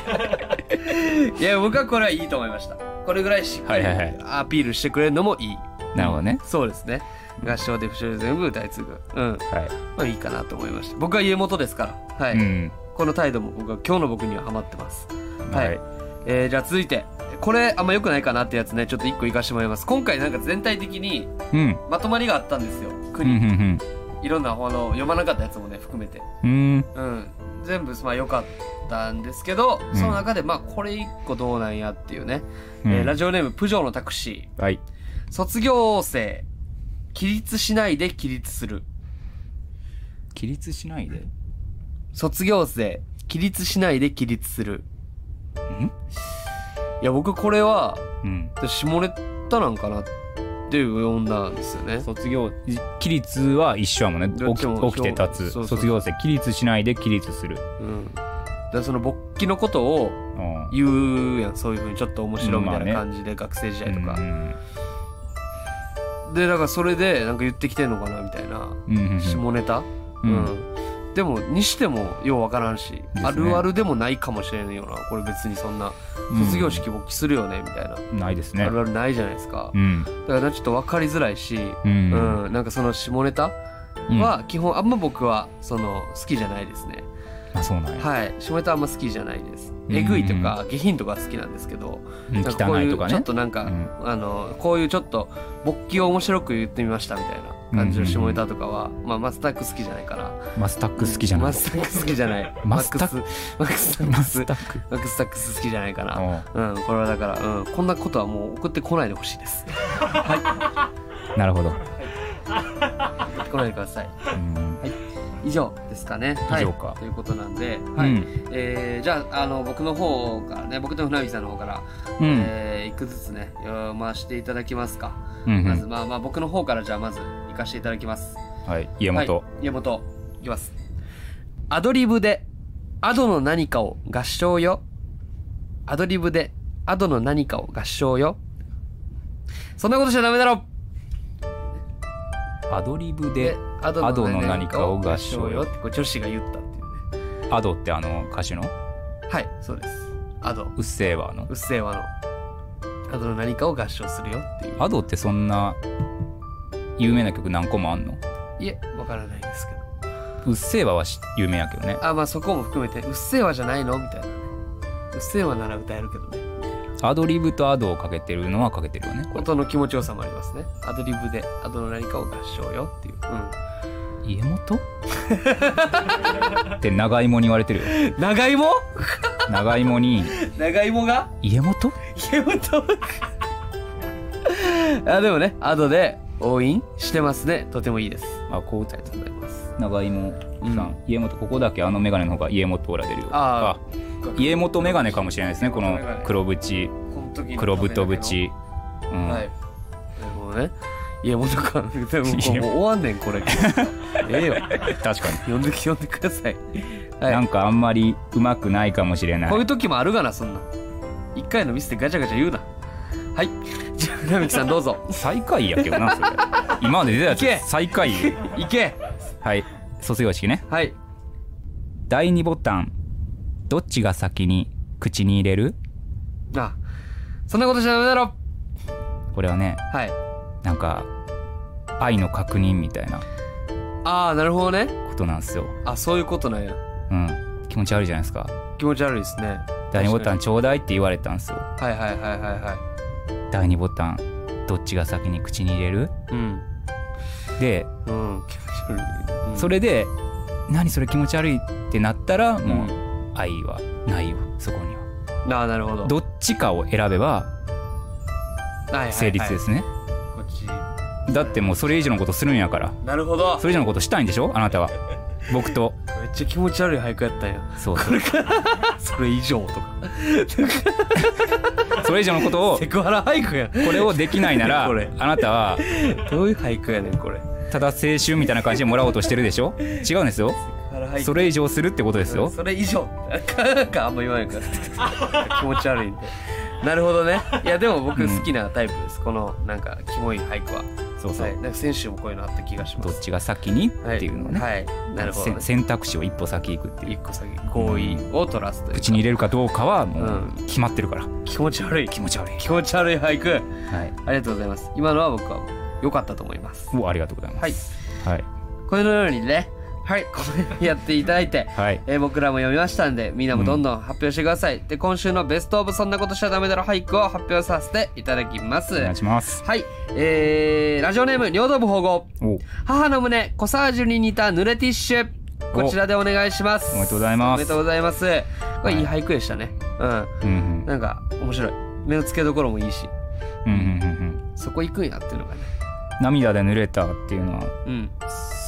B: [laughs] いや僕はこれはいいと思いましたこれぐらいしっかり
A: はいはいはい
B: アピールしてくれるのもいい
A: なるほどね
B: そうですね合唱で不祥事全部歌い継ぐうん
A: はい、
B: まあいいかなと思いました僕は家元ですからはい、
A: うん
B: この態度も僕は今日の僕にはハマってますは、
A: はいい、
B: えーじゃあ続いてこれあんま良くないかなってやつねちょっと一個いかしてもらいます今回なんか全体的に
A: うん
B: まとまりがあったんですよ
A: うん
B: 国、
A: うん
B: いろんなあの読まなかったやつもね含めて
A: うんうん
B: うん、全部まあ良かったんですけど、
A: うん
B: その中でまあこれ一個どうなんやっていうね、
A: うん
B: えーラジオネームプジョーのタクシ
A: はい
B: ー卒業生起立しないで起立する
A: 起立しないで
B: 卒業生起立しないで起立する
A: ん
B: いや僕これは
A: うん
B: 下ネタなんかなっていう読んだんですよね
A: 卒業じ起立は一緒やもんね
B: どっ
A: 起
B: ち
A: き
B: も
A: 起きて立つ
B: そうそうそう
A: 卒業生起立しないで起立する
B: うんだからその勃起のことを
A: うん
B: 言うやんそういうふうにちょっと面白みたいな感じで学生時代とか、でなんかそれでなんか言ってきてんのかなみたいな
A: うんうんうん
B: 下ネタ、
A: う
B: うんんでもにしてもようわからんし、
A: すね
B: あるあるでもないかもしれんよなこれ別にそんな
A: うん
B: 卒業式勃起するよねみたいな、
A: ないですね
B: あるあるないじゃないですか
A: う、ん
B: だからちょっと分かりづらいし、
A: う
B: うんんなんかその下ネタ
A: うん
B: は基本あんま僕はその好きじゃないですね、
A: あそうなんや
B: はい下ネタあんま好きじゃないです
A: うん
B: えぐいとか下品とか好きなんですけど、
A: うん
B: なんか
A: 汚
B: こう
A: い
B: いう
A: とか
B: ちょっ
A: ね
B: となんか、
A: うん
B: あのこういうちょっと勃起を面白く言ってみましたみたいな感じの下ネタとかは、まあマスタック好きじゃないから
A: マスタック好きじゃない
B: マスタック好きじゃない
A: [laughs] マスタック
B: マックスマッ
A: マ
B: クス
A: スタック
B: マックスタックス好きじゃないか
A: う
B: なんうんこれはだから、うん、こんなことはもう送ってこないでほしいです
A: なるほど
B: 送ってこないでください
A: うん
B: 以上ですかね
A: 以上か
B: はい、ということなんで、
A: う
B: はい
A: ん
B: えーじゃああの僕の方からね僕と船木さんの方から、
A: うん
B: えーいくつつね読ましていただきますか、
A: うんう
B: まず
A: ん
B: まあまあ僕の方からじゃあまず行かせていただきます
A: はい家元
B: はい、家元いきますアドリブでアドの何かを合唱よアドリブで後の何かを合唱よ。そんなことしちゃダメだろ
A: アドリブで
B: ア
A: ドの何かを合唱よ
B: ってこれ女子が言ったっていうね。
A: アドってあの歌手の
B: はい、そうです。アド。
A: うっせぇわの
B: うっせぇわの。アドの何かを合唱するよっていう。
A: アドってそんな有名な曲何個もあんの
B: いえ、わからないですけど。
A: うっせぇわはし有名やけどね
B: あ、まあそこも含めて、うっせぇわじゃないのみたいなね。うっせぇわなら歌えるけどね。
A: アドリブとアドをかけてるのはかけてるよねこれ
B: 音の気持ちよさもありますね。アドリブで、アドの何かを合唱よっていう。う
A: 家元って長芋に言われてるよ
B: ん。長芋
A: [laughs] 長芋に
B: 長芋が
A: 家元
B: 家元 [laughs] あ、でもね、アドで応援してますね。とてもいいです。
A: あこう
B: ありがとうございます。
A: 長芋さん、
B: うん
A: 家元ここだけあの眼鏡の方が家元オーラ出るよ
B: あ
A: 家元眼鏡かもしれないですねこの黒縁
B: この時の
A: 黒太縁、うん
B: はい。もうね。家元か。でもも
A: [laughs]
B: う
A: 家元
B: 終わんねん、これ。ええよ。
A: 確かに、
B: 呼んで、呼んでください。はい。
A: なんかあんまりうまくないかもしれない
B: こういう時もあるがな、そんな。一回のミスでガチャガチャ言うな。はい。 [laughs] じゃあ、船木さんどう [laughs] ぞ。
A: 最下位やけどなそれ [laughs] 今まで出た
B: い
A: や
B: け
A: つ最下位
B: いけ
A: はい卒業式ね
B: はい。
A: 第2ボタンどっちが先に口に入れる
B: あ、そんなことしちゃダメだろ
A: これはね
B: はい。
A: なんか愛の確認みたいな
B: ああ、なるほどね。
A: ことなんですよ
B: あ、そういうことなんや。
A: うん気持ち悪いじゃないですか
B: 気持ち悪いですね。
A: 第2ボタン
B: 確
A: ちょうだいって言われたんですよ
B: かに。はいはいはいはいは
A: 第2ボタンどっちが先に口に入れる
B: い。うん。
A: で
B: うん。気持ち悪い。うん
A: それで何それ気持ち悪いってなったらもう愛はないよそこには
B: ああ、なるほど。
A: どっちかを選べば
B: はいはいはい
A: 成立ですね、
B: こっち。
A: だってもうそれ以上のことするんやから
B: なるほど。
A: それ以上のことしたいんでしょあなたは僕と
B: めっちゃ気持ち悪い俳句やったん [laughs] や。
A: そうそう
B: それ以上とか。
A: それ以上のことを
B: セクハラ俳句やん。
A: これをできないなら
B: [laughs] これ
A: あなたは
B: どういう俳句やねん、これ。
A: ただ青春みたいな感じでもらおうとしてるでしょ違うんですよ
B: セクハラ俳句。
A: それ以上するってことですよ
B: それ以上 [laughs] なんかあんま言わないから
A: [laughs]
B: 気持ち悪いんでなるほどねいやでも僕好きなタイプです、このなんかキモい俳句は
A: そうそ
B: はい、
A: う
B: なんか先週もこういうのあった気がしま
A: どっ
B: す
A: ちが先にっ
B: はい
A: ていうのをね
B: はいなるほど、
A: せ
B: ね、
A: 選択肢を一歩先行くってい
B: 一
A: う
B: 個先合意を取らすという
A: 口に入れるかどうかはも
B: うん
A: う決まってるから
B: 気持ち悪い
A: 気持ち悪い
B: 気持ち悪い俳句
A: はい
B: ありがとうございます今のは僕は良かったと思います
A: おありがとうございま
B: はい
A: すはい
B: このようにねはいこのようにやっていただいて
A: はい
B: えー僕らも読みましたんでみんなもどんどん発表してください、で今週のベストオブそんなことしちゃダメだろ俳句を発表させていただきます
A: お願いします
B: はいえー、ラジオネーム両道部保護
A: お
B: 母の胸コサージュに似た濡れティッシュこちらでお願いします
A: おめでとうございます
B: おめでとうございますこれいい
A: は
B: 俳句でしたね、
A: うん
B: うんなんか面白い目の付けどころもいいし
A: うんうんうんうんうん
B: そこ行くんやっていうのがね
A: 涙で濡れたっていうのは
B: うん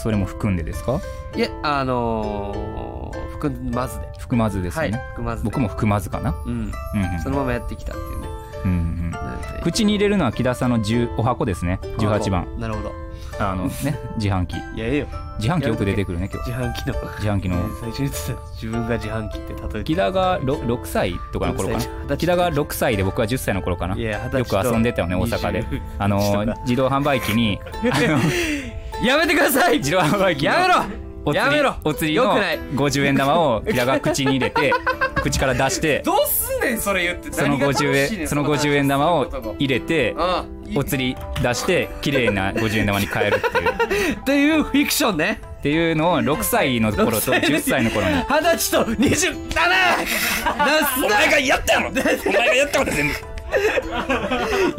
A: それも含んでですか
B: いえあのー、含まずで
A: 含まずです
B: はい
A: ね
B: 含まずで
A: 僕も含まずかな
B: うん
A: うん
B: そのままやってきたっていうね
A: うんうんうん
B: なんで
A: 口に入れるのは木田さんの10お箱ですね18番
B: なるほど
A: あ
B: [laughs]
A: のね自販機
B: いやええよ
A: 自販機よく出てくるね今日
B: 自販機の
A: 自販機の
B: 最初に言ってた自分が自販機って例えて
A: 木田が 6, 6歳とかの頃か
B: 六歳
A: な木田が6歳で僕は10歳の頃かない
B: や二
A: よ
B: 十
A: く
B: 歳と
A: 遊んでたよね大阪で
B: 20
A: あの
B: [laughs]
A: 自動販売機に
B: やめてください
A: 自動販売機の
B: やめろ
A: お釣り
B: やめろ
A: お釣り
B: よ
A: の
B: くない
A: 50円玉 [laughs] を木田が口に入れて口から出して
B: どうすんねんそれ言って
A: その50円その50円玉を入れて
B: あ
A: お釣り出して綺麗な50円玉に変えるっていうっ
B: りっていうフィクションね
A: ていうのを6歳の頃と10歳の頃に
B: [laughs] 二十歳と二
A: [laughs]
B: 十七なすな
A: がやったやろお前がやったこと全部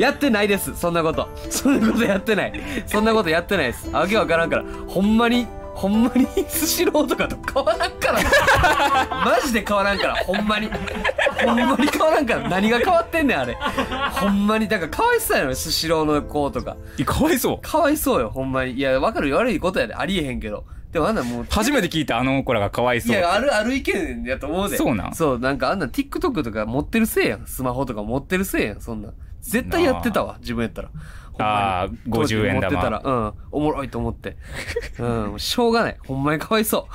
B: やってないですそんなことそんなことやってないそんなことやってないですあわけわからんからほんまにほんまに [laughs] スシローとかと変わらんからなマジで変わらんからほんまにほんまに変わらんから何が変わってんねんあれほんまにだからかわいそうやろスシローの子とか
A: いやかわいそう
B: かわいそうよほんまにいやわかるよ悪いことやでありえへんけどでもあんなんもう
A: 初めて聞いたあの子らがかわい
B: い
A: そう
B: や、ある、ある意見やと思うで。
A: そうなん
B: そう、なんかあんな TikTok とか持ってるせいやん。スマホとか持ってるせいやん、そんなん。絶対やってたわ、自分やったら。
A: あー
B: ほんまに
A: 50円玉
B: 持ってたら、うん、おもろいと思って。うん、しょうがない。ほんまにかわいそう。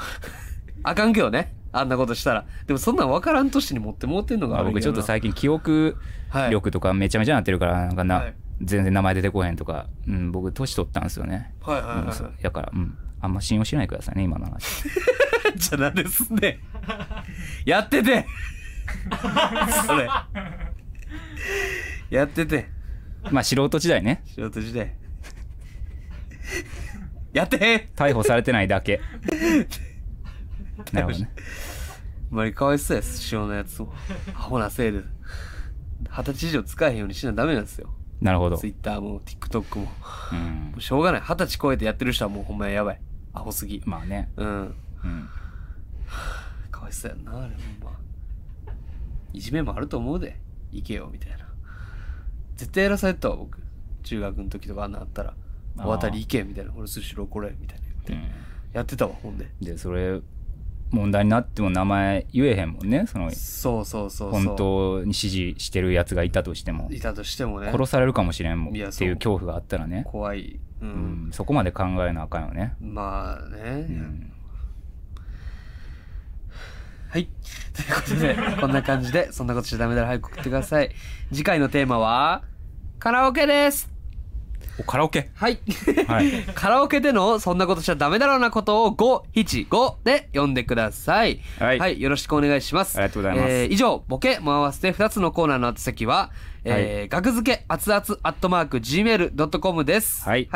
B: あかんけどね。あんなことしたらでもそんなん分からん年に持ってもうてんのが
A: ま
B: あ
A: あ、
B: るんや
A: 僕ちょっと
B: な
A: 最近記憶
B: はい
A: 力とかめちゃめちゃなってるからなんかな、
B: はい
A: 全然名前出てこへんとか、うん、僕年取ったんですよね、
B: はいはいはい
A: うん
B: は
A: そうだから、うん、あんま信用しないでくださいね今の話
B: いじゃなんですねやっててそれやってて
A: まあ素人時代ね
B: 仕事時代やってへん
A: 逮捕されてないだけなるほどね
B: あんまりかわいそうやす師匠のやつ
A: [laughs]
B: もアホなせいで二十歳以上使えへんようにしなダメなんですよ
A: なるほど、
B: Twitter も TikTok もも
A: うん
B: う、しょうがない二十歳超えてやってる人はもうほんまやばいアホすぎ
A: まあね、
B: うん
A: うん、
B: かわいそうやんなあれほんまいじめもあると思うで行けよみたいな絶対やらされてたわ僕中学の時とかあんなあったら
A: あー
B: お渡り行けみたいな俺スシローこれみたいな
A: う
B: 言って
A: ん
B: やってたわほんで
A: でそれ問題になっても名前言えへんもんねその
B: そうそうそうそう
A: 本当に支持してるやつがいたとしても
B: いたとしてもね
A: 殺されるかもしれんもん
B: いや
A: っていう
B: そう
A: 恐怖があったらね、
B: 怖いうん、
A: うん、そこまで考えなあかんよね、
B: まあね、
A: うん、
B: はい。ということで、こんな感じで、そんなことしちゃダメなら早く送ってください。次回のテーマは、カラオケです
A: おカラオケ
B: はい。
A: はい
B: [laughs] カラオケでの、そんなことしちゃダメだろうなことを5、7、5で読んでください。
A: はい
B: よろしくお願いします。
A: ありがとうございます
B: えー以上、ボケも合わせて2つのコーナーの宛先は、えー学付け熱々アットマーク Gmail.com です。
A: はい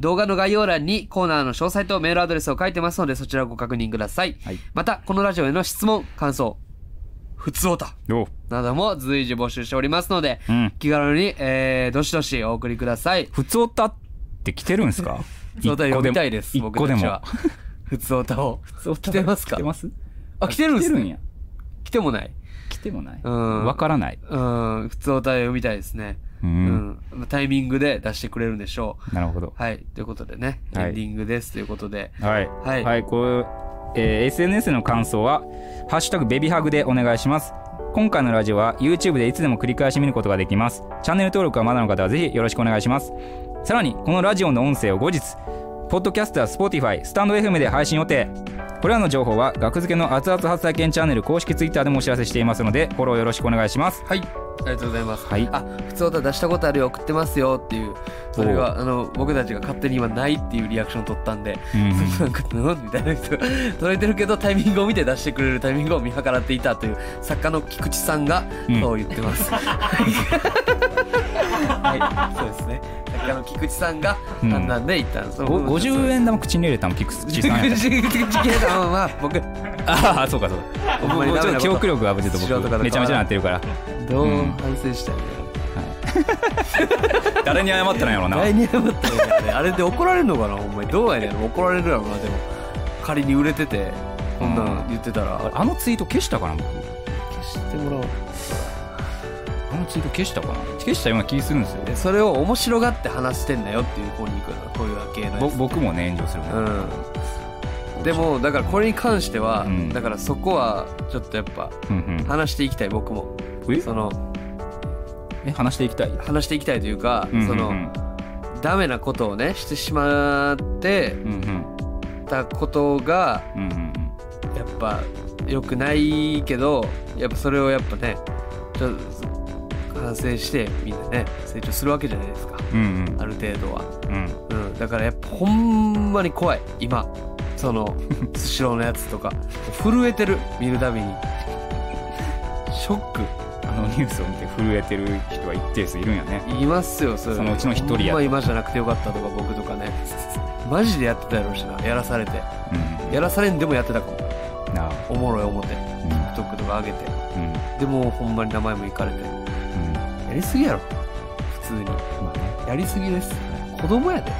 B: 動画の概要欄にコーナーの詳細とメールアドレスを書いてますので、そちらをご確認ください。
A: はい
B: また、このラジオへの質問、感想、ふつおた
A: お
B: なども随時募集しておりますので、
A: うん
B: 気軽に、えーどしどしお送りください。
A: 普通歌って来てるんす
B: [laughs]
A: か
B: 普通歌読みたいです。
A: 一個
B: 僕
A: で
B: たち
A: も
B: は。普通歌を。
A: 普通
B: 来てますか
A: 来てます
B: あ、来てるん
A: 来
B: で
A: て
B: す
A: るん
B: ね。
A: や
B: 来てもない。
A: 来てもない
B: うん
A: わからない
B: うん、普通歌読みたいですね。
A: う
B: うんん。タイミングで出してくれるんでしょ
A: なるほど
B: う。はい。ということでね、
A: はい
B: エンディングです。ということで。
A: はい、
B: はい
A: こう、えー SNS の感想は「ハッシュタグベビハグ」でお願いします今回のラジオは YouTube でいつでも繰り返し見ることができますチャンネル登録はまだの方はぜひよろしくお願いしますさらにこのラジオの音声を後日ポッドキャストや Spotify スタンド FM で配信予定これらの情報は学付けの熱々発体験チャンネル公式 Twitter でもお知らせしていますのでフォローよろしくお願いします
B: はい。ありがとうございます。
A: はい
B: あ、普通歌出したことあるよ、送ってますよっていう。それは、あの、僕たちが勝手に今ないっていうリアクション取ったんで、
A: うん
B: なんか、うんみたいな人が [laughs] 取れてるけど、タイミングを見て出してくれるタイミングを見計らっていたという、作家の菊池さんが、
A: うん
B: そう言って
A: [laughs]
B: ます。はい、そうですね。作家の菊池さんが、
A: うん
B: なんなんで言ったんです。
A: ご50円玉口に入れたの菊池さん
B: [laughs]
A: やっ
B: 菊池さんは、僕、
A: た [laughs] ああそうかそうか
B: ほんまに
A: 僕
B: ダ
A: ち
B: メ
A: ょっと記
B: なこと
A: 憶力がちょっと
B: 素人から
A: 僕めちゃめちゃなってるから
B: どう
A: うん
B: 反省したんだよ。
A: 誰に謝ったんやろうな
B: 第2部ってねあれで怒られるのかなほんまにどうやねん怒られるやろなでも仮に売れててこんなん言ってたら、
A: あのツイート消したかな僕
B: 消してもらおう
A: あのツイート消したかな消したような気するんですよ
B: えそれを面白がって話してんだよっていう方に行くよなこういう系の
A: ぼ
B: やつ
A: 僕もね炎上するね
B: うんでもだからこれに関しては、
A: うん
B: だからそこはちょっとやっぱ
A: うん
B: 話していきたい僕も
A: うんえ
B: その
A: え話していきたい
B: 話していきたいというか、
A: うんうん
B: そ
A: うん
B: のダメなことをねしてしまって
A: うんうん
B: たことが
A: うんうん
B: やっぱ良くないけどやっぱそれをやっぱねちょっと反省してみんなね成長するわけじゃないですか
A: うんうん
B: ある程度は、
A: うん
B: うん、だからやっぱほんまに怖い今
A: [laughs]
B: そのスシローのやつとか震えてる見るたびにショック
A: あのニュースを見て震えてる人は一定数いるんやね
B: いますよそれ
A: そのうちの一人や
B: ほんま今じゃなくてよかったとか僕とかねマジでやってたやろうしなやらされて
A: うん
B: やらされんでもやってたかも
A: なあ
B: おもろい思って
A: うん
B: TikTok とか上げて
A: うん
B: でもほんまに名前もいかれて
A: うん
B: やりすぎやろ普通に
A: まあね
B: やりすぎです子供やで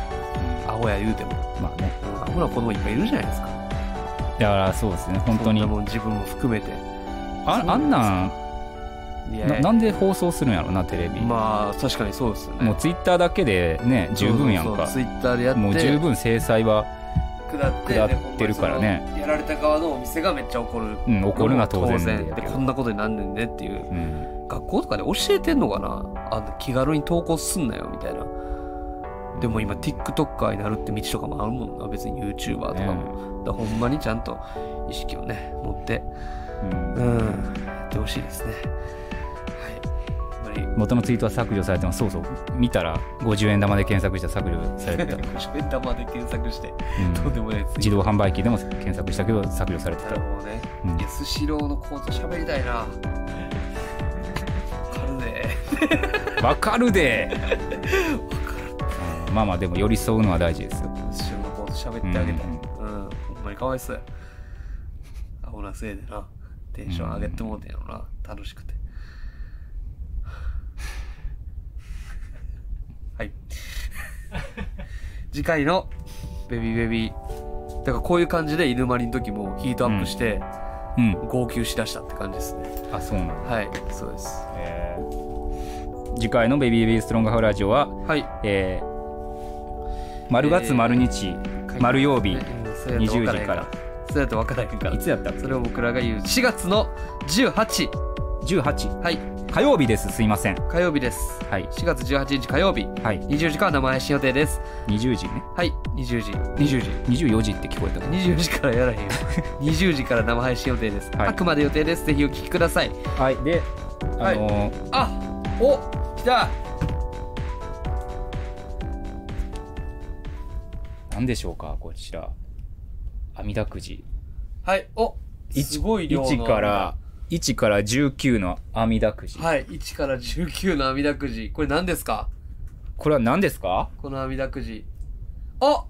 B: アホや言うても
A: まあね
B: アホな子供いっぱいいるじゃないですか
A: だからそうですね本当に
B: そんなもん自分も含めて
A: ああんなん
B: い
A: ななんで放送するんやろなテレビも
B: まあ確かにそうですよね
A: うツイッターだけでね十分やんか
B: ツイッターでやって
A: もう十分制裁は
B: 下って
A: 下ってるからね
B: でほんまにそのやられた側のお店がめっちゃ怒る
A: うん怒るのは当然
B: 当でこんなことになんねんねっていう
A: うん
B: 学校とかで教えてんのかなあの気軽に投稿すんなよみたいなでも今 TikToker になるって道とかもあるもんな別に YouTuber とかも、だからほんまにちゃんと意識をね持って
A: うん
B: うんやってほしいですねはいやっぱり
A: 元のツイートは削除されてますそうそう見たら50円玉で検索したら削除されてた、
B: 50円玉で検索して
A: うん
B: とんでもないです
A: 自動販売機でも検索したけど削除されて
B: なる
A: た
B: ほどね
A: うん
B: いやスシローの構造喋りた
A: [laughs]
B: いなわかるね
A: わかるでまあまあでも寄り [laughs] 添うのは大事ですよ
B: スシローの構造喋ってあげたい
A: うん
B: うん、ほんまにかわいそうやアホなせいでなテンション上げてもうてんやろな楽しくてはい [laughs] 次回のベビーベビーだからこういう感じで犬まりの時もヒートアップして
A: うん
B: 号泣しだしたって感じですね、
A: あそうなんだ
B: はいそうです
A: えー次回の「ベビーベビーストロングハウラジオは」
B: はい
A: えー丸月丸日、丸曜日、
B: 20
A: 20時から
B: そうやと分からへんから
A: いつやったっけ
B: それを僕らが言う4月の18
A: 18
B: はい
A: 火曜日ですすいません
B: 火曜日です
A: はい
B: 4月18日火曜日
A: はい
B: 20時から生配信予定です
A: 20時ね
B: はい20時20時
A: 24時って聞こえた
B: 20時からやらへ
A: [laughs]
B: んよ20時から生配信予定です、
A: はい
B: あくまで予定ですぜひお聞きください
A: はいであ
B: はい
A: のー
B: あお来た
A: 何でしょうかこちら阿弥陀くじ
B: はいおすごい量の
A: 1から1から19の阿弥陀くじ、
B: はい1から19の網だくじこれ何ですか
A: これは何ですか
B: この網だくじお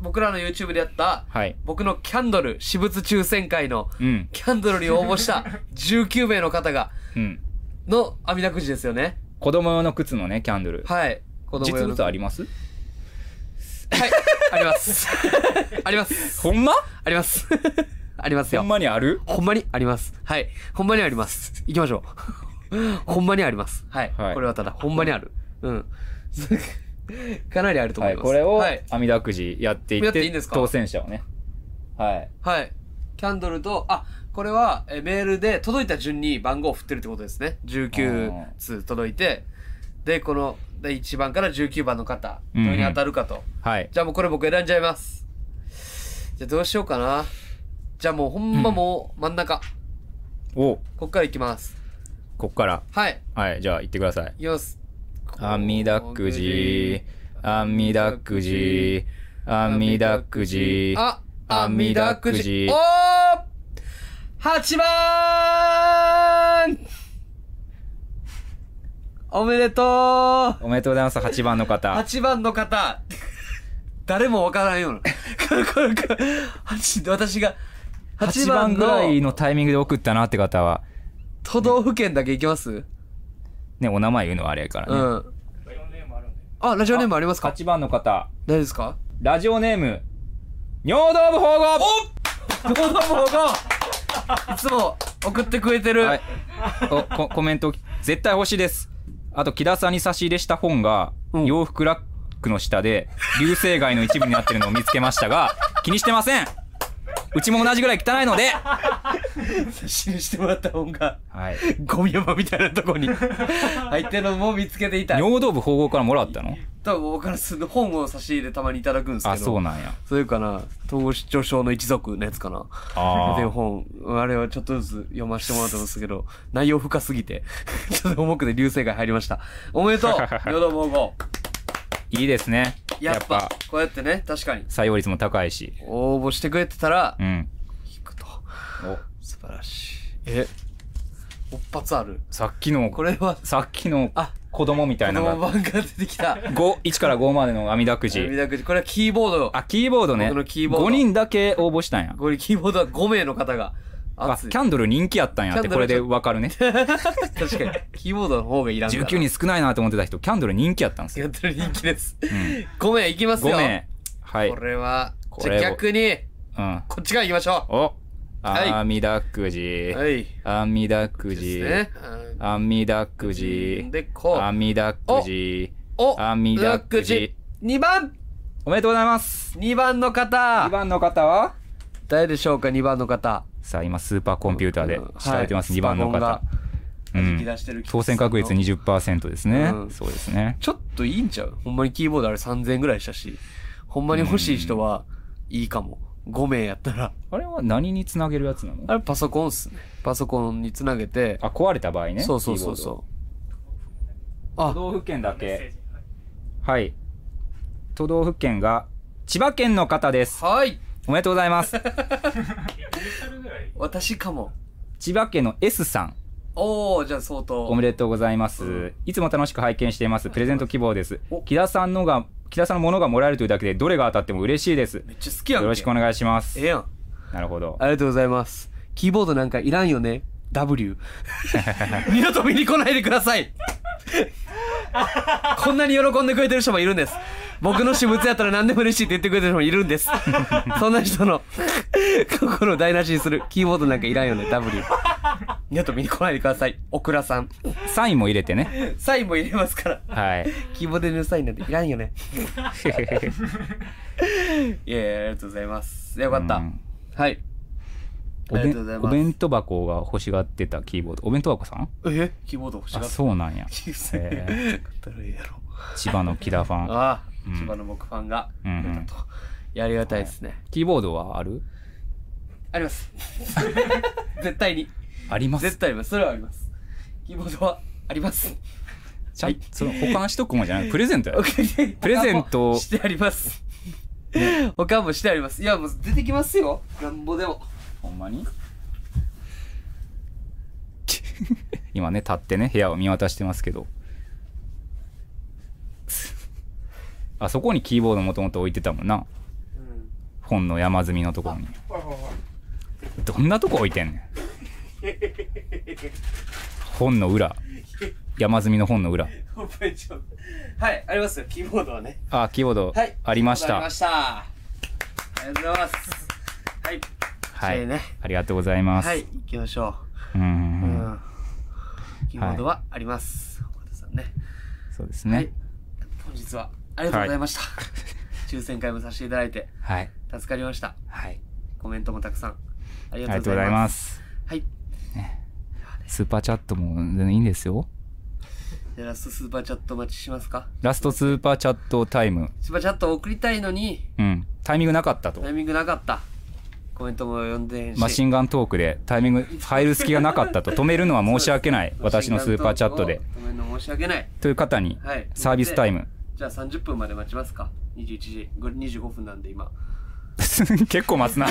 B: 僕らの YouTube でやった
A: はい
B: 僕のキャンドル私物抽選会の
A: うん
B: キャンドルに応募
A: [laughs]
B: した19名の方が
A: うん
B: の網だくじですよね
A: 子供用の靴のねキャンドル
B: はい子
A: 実
B: 用の
A: 物あります
B: はい、あります。 [laughs] あります。
A: ほんま
B: あります。あります
A: ほ
B: よ
A: ん。まにある
B: ほんまにあります。はい。ほんまにあります。行きましょう。 [laughs] ほんまにあります。はい。
A: はい
B: これはただ、ほんまにある。うん。 [laughs] かなりあると思
A: はいい
B: ます。
A: これを
B: はい。
A: 阿弥陀くじやってい
B: や
A: っ
B: って
A: て
B: いいんですか
A: 当選者をねはい
B: はいキャンドルと、あ、これはえメールで届いた順に番号を振ってるってことですね。19通届いて、で、この、で1番から19番の方、どれに当たるかと。
A: はい
B: じゃあもうこれ僕選んじゃいます。じゃあどうしようかな。じゃあもうほんまもう真ん中。
A: お
B: こっからいきます。
A: こっから
B: はい。
A: はいじゃあ行ってください
B: いきます。
A: 阿弥陀くじ阿弥陀くじ阿弥陀くじ
B: あ、
A: 阿
B: 阿
A: 弥
B: 弥
A: 陀
B: 陀
A: く
B: く
A: じ
B: じ。おー !8 番おめでとう
A: おめでとうございます8番の方
B: !8 番の方誰もわからんよう
A: [laughs]
B: な。これこれこれ八私が
A: 8
B: 8
A: 番
B: 番
A: ぐらい
B: の
A: のタイミングで送ったなって方は
B: 都道府県だけいきます、
A: ねお名前言うのはあれやから
B: う
A: ね、
B: ん。あ、ラジオネームありますか
A: 8番の方
B: 大丈夫ですか
A: ラジオネーム尿道部保護
B: どうもどうもいつも送ってくれてる。
A: はいおこ [laughs] コメント絶対欲しいですあと木田さんに差し入れした本が、
B: うん
A: 洋服ラックの下で流星街の一部になってるのを見つけましたが [laughs] 気にしてませんうちも同じぐらい汚いので、は
B: 差し入れしてもらった本が、 [laughs]
A: い、
B: ゴミ山みたいなとこ [laughs] に入ってるのも見つけていた。
A: 尿道部保護からもらったの
B: 多分僕からすると本を差し入れたまにいただくんですけど。
A: あそうなんや
B: それかな、統合失調症の一族のやつかな。
A: あー
B: で本、あれはちょっとずつ読ませてもらったんですけど、内容深すぎて、 [laughs] ちょっと重くて流星街入りました。おめでとう [laughs] よどもご
A: いいですね
B: や
A: や
B: っ
A: っぱ
B: ぱ、こうやってね、確かに。
A: 採用率も高いし
B: 応募してくれてたら
A: う、ん
B: 聞くと。
A: お
B: 素晴らしい。えおっぱつある。
A: さっきの
B: これは、
A: さっきの
B: あ
A: 子供みた
B: 子
A: いな
B: 供
A: のが
B: 版が出てきた。
A: 5 1から5までの阿弥陀く
B: 涙
A: [laughs] じ
B: 口これはキーボード。
A: あキーボードね
B: 僕のキーボード
A: 5人だけ応募したんや
B: これキーボードは5名の方が。
A: あ
B: 熱
A: キ
B: い。
A: ャンドル人気やったんやって
B: キャ
A: こ
B: ンド
A: れ
B: ル
A: でわかるね
B: 確かに。キーボードの方がいらんから。
A: 19人少ないなと思ってた人キャンドル人気やったんですよ
B: やってる人気です。
A: ん
B: 5名いきます
A: 5
B: よ。
A: 名はい
B: これは、
A: こ
B: じ
A: れ
B: ゃ
A: を
B: あ逆に、
A: うん
B: こっちから行きましょ
A: お
B: はい
A: 阿弥陀くじ
B: う。はい。
A: 阿弥陀くじ
B: ですね。
A: 阿弥陀く
B: うん
A: じ
B: で、こ
A: 阿
B: う。
A: 弥陀くじ
B: お
A: 阿弥陀くじ。
B: 2番
A: おめでとうございます
B: 2番の
A: 2
B: 方
A: 番の方は
B: 誰でしょうか ?2 番の方。
A: さあ今スーパーコンピューターで
B: うん
A: 調べてます
B: はい
A: 2番の
B: スパコ
A: 方
B: ンが弾き出してる気がする
A: 当選確率20%ですね、
B: うん
A: そうですね
B: ちょっといいんちゃうほんまにキーボードあれ3000円ぐらいしたし、ほんまに欲しい人はいいかも。5名やったら。
A: あれは何につなげるやつなの
B: あれパソコンっすね。パソコンにつなげて、
A: あ壊れた場合ね
B: そうそうそう
A: キーボード
B: そう。
A: 都、
B: あ
A: 道府県だけはい都道府県が千葉県の方です
B: はい。
A: おめでとうございます
B: 私かも。
A: 千葉県の S さん
B: おー、じゃあ相当。
A: おめでとうございます、
B: うん
A: いつも楽しく拝見していますプレゼント希望です
B: お
A: 木田さんのが木田さんのものがもらえるというだけでどれが当たっても嬉しいです
B: めっちゃ好きやん
A: よ
B: け。
A: ろしくお
B: ね。
A: 願いします
B: ええやん。
A: なるほど
B: ありがとうございます。キーボードなんかいらんよね。W。二度と見に来ないでください。こんなに喜んでくれてる人もいるんです。僕の私物やったら何でも嬉しいって言ってくれてる人もいるんです。そんな人の [laughs] 心を台無しにする。キーボードなんかいらんよね。W。二度と見に来ないでください。オクラさん。
A: サインも入れてね
B: サインも入れますから。
A: はい
B: キーボードのサインなんていらんよね。 [laughs] いやいや、ありがとうございます。よかった
A: うん。
B: はい。
A: お
B: ありが
A: 弁
B: とうございます
A: お弁当箱が欲しがってたキーボードお弁当箱さん
B: えキーボード欲しが
A: あ
B: った
A: そうなんや
B: キーボ
A: え
B: ード買ったらええやろ。
A: ー千葉の木田ファン
B: [laughs] ああ、
A: うん
B: 千葉の僕ファンが
A: う
B: 増
A: んうん
B: えたと。いやありがたいですね。
A: キーボードはある
B: あります。 [laughs] 絶対に。
A: あります
B: 絶対あります。それはあります。キーボードはあります。
A: ちゃんその保管しとくもんじゃ [laughs] ないプレゼン
B: [laughs]
A: トや
B: プ
A: プレゼントを
B: してあります。他もしてあります。いや、もう出てきますよ。なんぼでも。
A: ほんまに [laughs] 今ね立ってね部屋を見渡してますけどあそこにキーボードもともと置いてたもんな本の山積みのところにどんなとこ置いてんねん本の裏山積みの本の裏
B: [laughs] はい、ありますよ。キーボードはね。
A: あキーボード
B: はい。
A: ありました、
B: ありました。ありがとうございます。はい。
A: は
B: そう
A: い、
B: ね
A: ありがとうございます、
B: はい、行きましょう。
A: うんうん
B: う
A: うん
B: んキーボードはあります。岡田さんね。
A: そうです
B: はい
A: ね。
B: 本日はありがとうございました。 [laughs]
A: [laughs]
B: 抽選会もさせていただいて
A: はい
B: 助かりました。
A: はい、
B: コメントもたくさんあり
A: あり
B: が
A: が
B: と
A: と
B: う
A: うご
B: ござ
A: ざ
B: い
A: い
B: ま。
A: ますす
B: はい。
A: スーパーチャットも全然いいんですよ
B: じゃあラストスーパーチャットお待ちしますか。
A: ラストスーパーチャットタイム。
B: スーパーチャット送りたいのに
A: うん。タイミングなかったと
B: タ。イミングなかった。コメントも読んでへんし。
A: マシンガントークでタイミング入る隙がなかったと。止めるのは申し訳
B: [laughs]
A: ない。私のスーパーチャットで。。
B: ごめんの申し訳ない。
A: という方に
B: はい、
A: サービスタイム。 [laughs]
B: じゃあ30分まで待ちますか。21時、ご25分なんで今。 [laughs]
A: 結構待つな。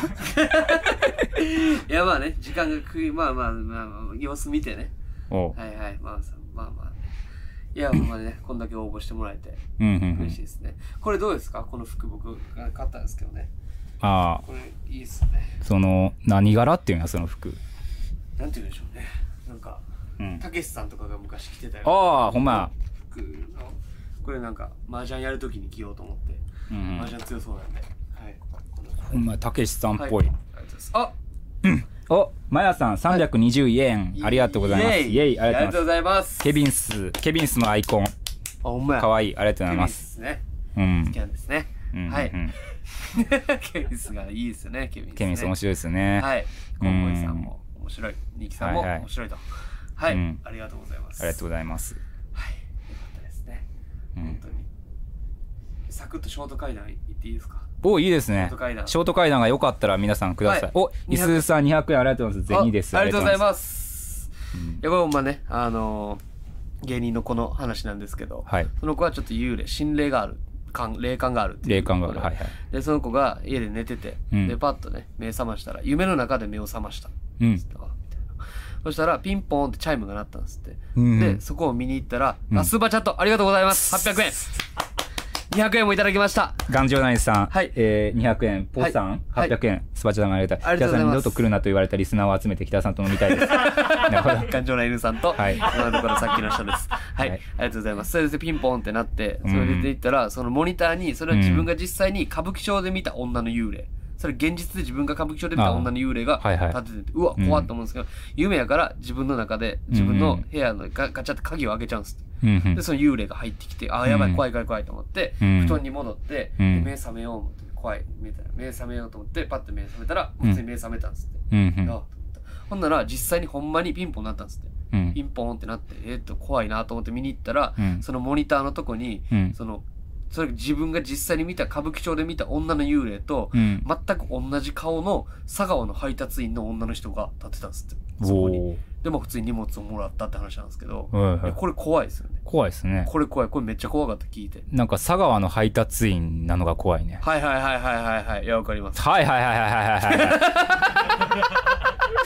B: いやまあね、時間が食い、まあまあまあ、まあ、様子見てね。
A: おう。
B: はいはい、まあさまあまあ、ね。いや、ほんまね、こんだけ応募してもらえて
A: うんうんう
B: 嬉しい
A: ん。
B: ですね。これどうですかこの服僕が買ったんですけどね。
A: あ
B: これいいっすね。
A: あ、その、何柄っていうんや、その服。
B: なんて言うんでしょうね。なんか、
A: うん。
B: たけしさんとかが昔着てたような
A: ああ、ほんま
B: 服の、これなんか、麻雀やるときに着ようと思って、
A: や。うん
B: 麻雀強そうなんで。はい。この
A: ほんまや、たけしさんっぽ
B: はいあり。がとうございますあ
A: お、まやさん320円。ありがとうございます。イェイ、ありがとうございます。
B: ざいます。
A: ケビンス、ケビンスのアイコン。
B: あ、ほんまや。
A: かわ
B: い
A: いい。ありがとうございま。
B: ですすね。
A: うん
B: 好き。なんですね。
A: うん
B: はい。 [laughs]
A: うん
B: ケビンスがいいですよね、ケビンス、ね。
A: ケミス面白いですね。。
B: はいい。コンボイさんも面白い。ニキさんも
A: はいはい
B: 面白いと。はい、
A: うん
B: ありがとうございます。
A: ありがとうご
B: う
A: ざいます。
B: はい。よかったですね。
A: うん
B: 本当に。サクッとショート階段行っていいですか
A: おいいですね
B: ショート階段
A: ショート階段が良かったら皆さんください、
B: はい
A: おいすーさん200円ありがとうございます
B: あ
A: 銭です
B: ありがとうござい
A: す
B: ます。いや、これほんまね、あのー芸人の子の話なんですけど、
A: はい
B: その子はちょっと幽霊、心霊がある。感霊感があるっていう
A: 霊感があるはいはい
B: でその子が家で寝てて、
A: うん
B: でパッとね目覚ましたら夢の中で目を覚ました
A: うん
B: あみたいなそしたらピンポーンってチャイムが鳴ったんですって、
A: うん
B: でそこを見に行ったら、
A: ん
B: あスーパーチャットありがとうございます800円200円もいただきました
A: 頑丈内さん、
B: はい
A: えー、200円、ポッさん、
B: はい
A: 800円、スパチャダマありがたい。
B: ありがとうござ
A: 北田さん
B: います
A: に二度と来るなと言われたリスナーを集めて北田さんと飲みたい
B: [laughs]
A: です。なるほど。
B: 頑丈な犬さんと、
A: はい
B: 今のところさっきの人です。はい、
A: はい
B: ありがとうございます。それでピンポンってなって、
A: うん
B: それで出ていったら、そのモニターに、それは自分が実際に歌舞伎町で見た女の幽霊。それ現実で自分が歌舞伎町で見た女の幽霊が
A: あはいはい
B: 立ってて、うわ、怖っと思うんですけど、夢やから自分の中で、自分の部屋のガガチャって鍵を開けちゃうんです。
A: うんう
B: で、
A: ん。
B: その幽霊が入ってきて、あー、やば
A: う
B: い、
A: ん
B: 怖い怖い怖いと思って、
A: うん
B: 布団に戻って、
A: うん
B: で目覚めよう思って、怖い、みたいな。目覚めようと思って、パッと目覚めたら、普通に目覚めたんですって。
A: うんう
B: あ
A: ん。
B: ほんなら実際にほんまにピンポンなったんですって、
A: うん
B: ピンポーンってなって、えっと、怖いなと思って見に行ったら、
A: うん
B: そのモニターのとこに、
A: うん
B: その、それ自分が実際に見た、歌舞伎町で見た女の幽霊と、
A: うん
B: 全く同じ顔の佐川の配達員の女の人が立ってたんですって。そ
A: お
B: こ
A: お
B: に。で、まあ普通に荷物をもらったって話なんですけど、
A: ーはいはい
B: いやこれ怖いですよね。
A: 怖いですね
B: これ怖い。これめっちゃ怖かった、聞いて。
A: なんか佐川の配達員なのが怖いね
B: はいはいはいはいはいはい。いや、わかります。
A: はいはいはいはいはいはいはい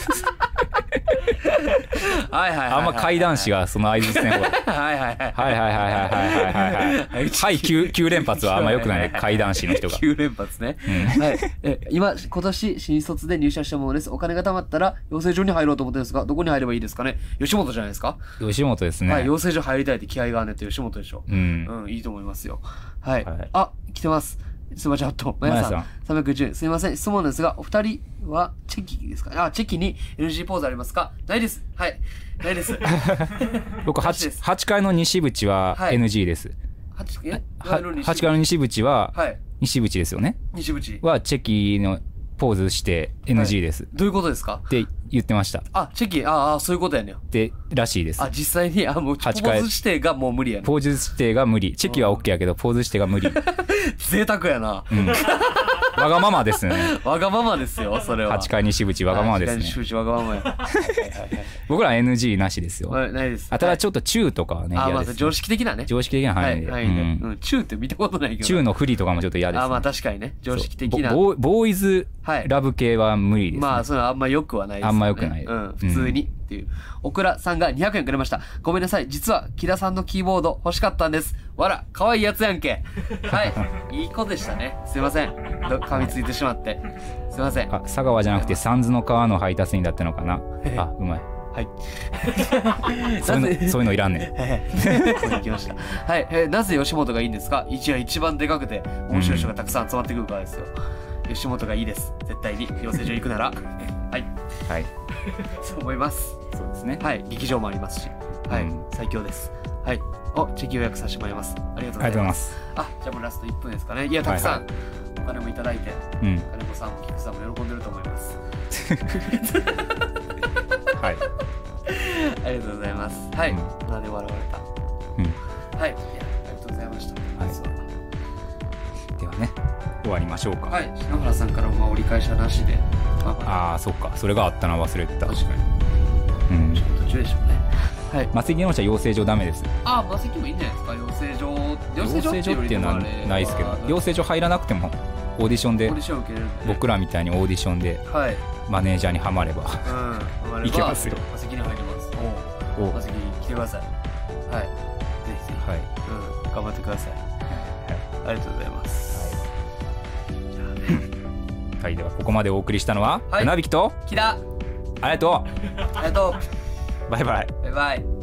B: はいはいはい、はい。
A: あんま怪談師がその相づちねこれ
B: はいはいはい。
A: はいはいはいはいはいはいはいはい
B: [laughs]
A: はい9 9連発はあんま良くないね怪談師の人が
B: 9連発ね。はい。え、今、今年、新卒で入社したものです。お金が貯まったら、養成所に入ろうと思ってるんですが、どこに入ればいいですかね吉本じゃないですか、
A: 吉本ですね
B: はい。養成所入りたいって気合があんねって吉本でしょ。
A: うん
B: うん、いいと思いますよ。はい。
A: はい
B: あ、来てます。スーパーチャット。マヤさ
A: マ
B: ん
A: ヤ。
B: 310。すいません。質問ですが、お二人はチェキですかあ、チェキに NG ポーズありますかないです。はい。ないです。
A: 僕
B: マジです
A: 8, 八階の西口は
B: はい
A: NG です、
B: 八え
A: は
B: 前の西口
A: 8階の西口は、
B: はい。
A: 西口ですよね
B: 西口。
A: はチェキのポーズして
B: は
A: NG
B: い
A: です、
B: どういうことですか
A: って言ってました
B: あ、チェキ、ああ、そういうことやねん。
A: でらしいです
B: あ、実際に、あ、もう、ポ
A: 8回
B: ーズ指定がもう無理やねん。
A: ポーズ指定が無理チェキは OK やけどポーズ指定が無理、
B: 贅沢やな。
A: うん、わがままです
B: [laughs]
A: ね
B: わがままですよ、それは。
A: 8階西口わがままです
B: 8回
A: ね
B: に終始わがままや。はいはいはい
A: 僕ら NG なしですよ、
B: まあない [laughs] です。
A: あただちょっと中とかはね
B: あ、ま
A: 嫌
B: あ、
A: です、
B: 常識的なね。
A: 常識的な
B: は
A: 範囲
B: い、
A: で、
B: は
A: う
B: いね。
A: ん
B: うん、中って見たことないけど。
A: 中の不利とかもちょっと嫌です、ね
B: あ、まあ、確かにね。常識的な
A: そう。ボーボーイズ
B: はい
A: ラブ系は無理です、ね
B: まあ、それはあんま良くはないですよね。
A: あんま良くない
B: うん、普通にっていう。オクラさんが200円くれました。ごめんなさい。実は、木田さんのキーボード欲しかったんです。わら、可愛いやつやんけ。
A: [laughs]
B: はい。いい子でしたね。すいません。ど噛みついてしまって。すいません。
A: あ佐川じゃなくてサンズの川の配達員だったのかな
B: ええ
A: あうまい
B: はい。
A: [laughs] そういうのそういうのいら
B: [laughs]
A: んねん
B: 行きました。はい、えーなぜ吉本がいいんですか一は一番でかくて面白い人がたくさん集まってくるからですよ。吉本がいいです。絶対に養成所行くなら、はい、
A: はい
B: そう思います。
A: そうですね
B: はい、劇場もありますし、はい、
A: うん
B: 最強です。はい、おチェキ予約させてもらいます。ありがと
A: ありがとう
B: うご
A: ご
B: ざ
A: ざい
B: いま。
A: ますす
B: あ、じゃあもうラスト1分ですかね。いや、たくさん、お金もいただいて、
A: うん
B: 金子さんも菊さんも喜んでると思います。 [laughs]
A: はい
B: ありがとうございます。はい、
A: うん
B: なんで笑われ
A: うん
B: た。はい、いやありがとうございました。
A: はい
B: 実は
A: ではね終わりましょうか、
B: はい、篠原さんからもまあ折り返しはなしで、まあまあ、
A: ああそっかそれがあったな忘れてた、
B: 確かに、
A: うん
B: ちょっと途中でしょうね。はい。
A: マセキの社養成所ダメです
B: あ、魔石もいいんじゃないですか、養成所、養成所
A: 養
B: っ
A: ってて
B: い
A: いうう
B: の
A: の
B: は
A: は
B: あれ
A: ないですけど
B: は
A: 養成所入らなくてもオーディションで
B: オーディション受けれるんで。
A: 僕らみたいにオーディションで
B: はい。
A: マネージャーにはまれば
B: うん。
A: いけますよ
B: 魔石に入ります。
A: お
B: お
A: は
B: 魔石来てください。はい。ぜひぜ
A: い
B: ひ、うん、頑張ってください。ありがとうございます。じゃあね、
A: はいではここまでお送りしたのは
B: はい
A: 船引きと
B: キラ、
A: ありがと
B: ありがと
A: うバイバイ
B: う。バイバイ。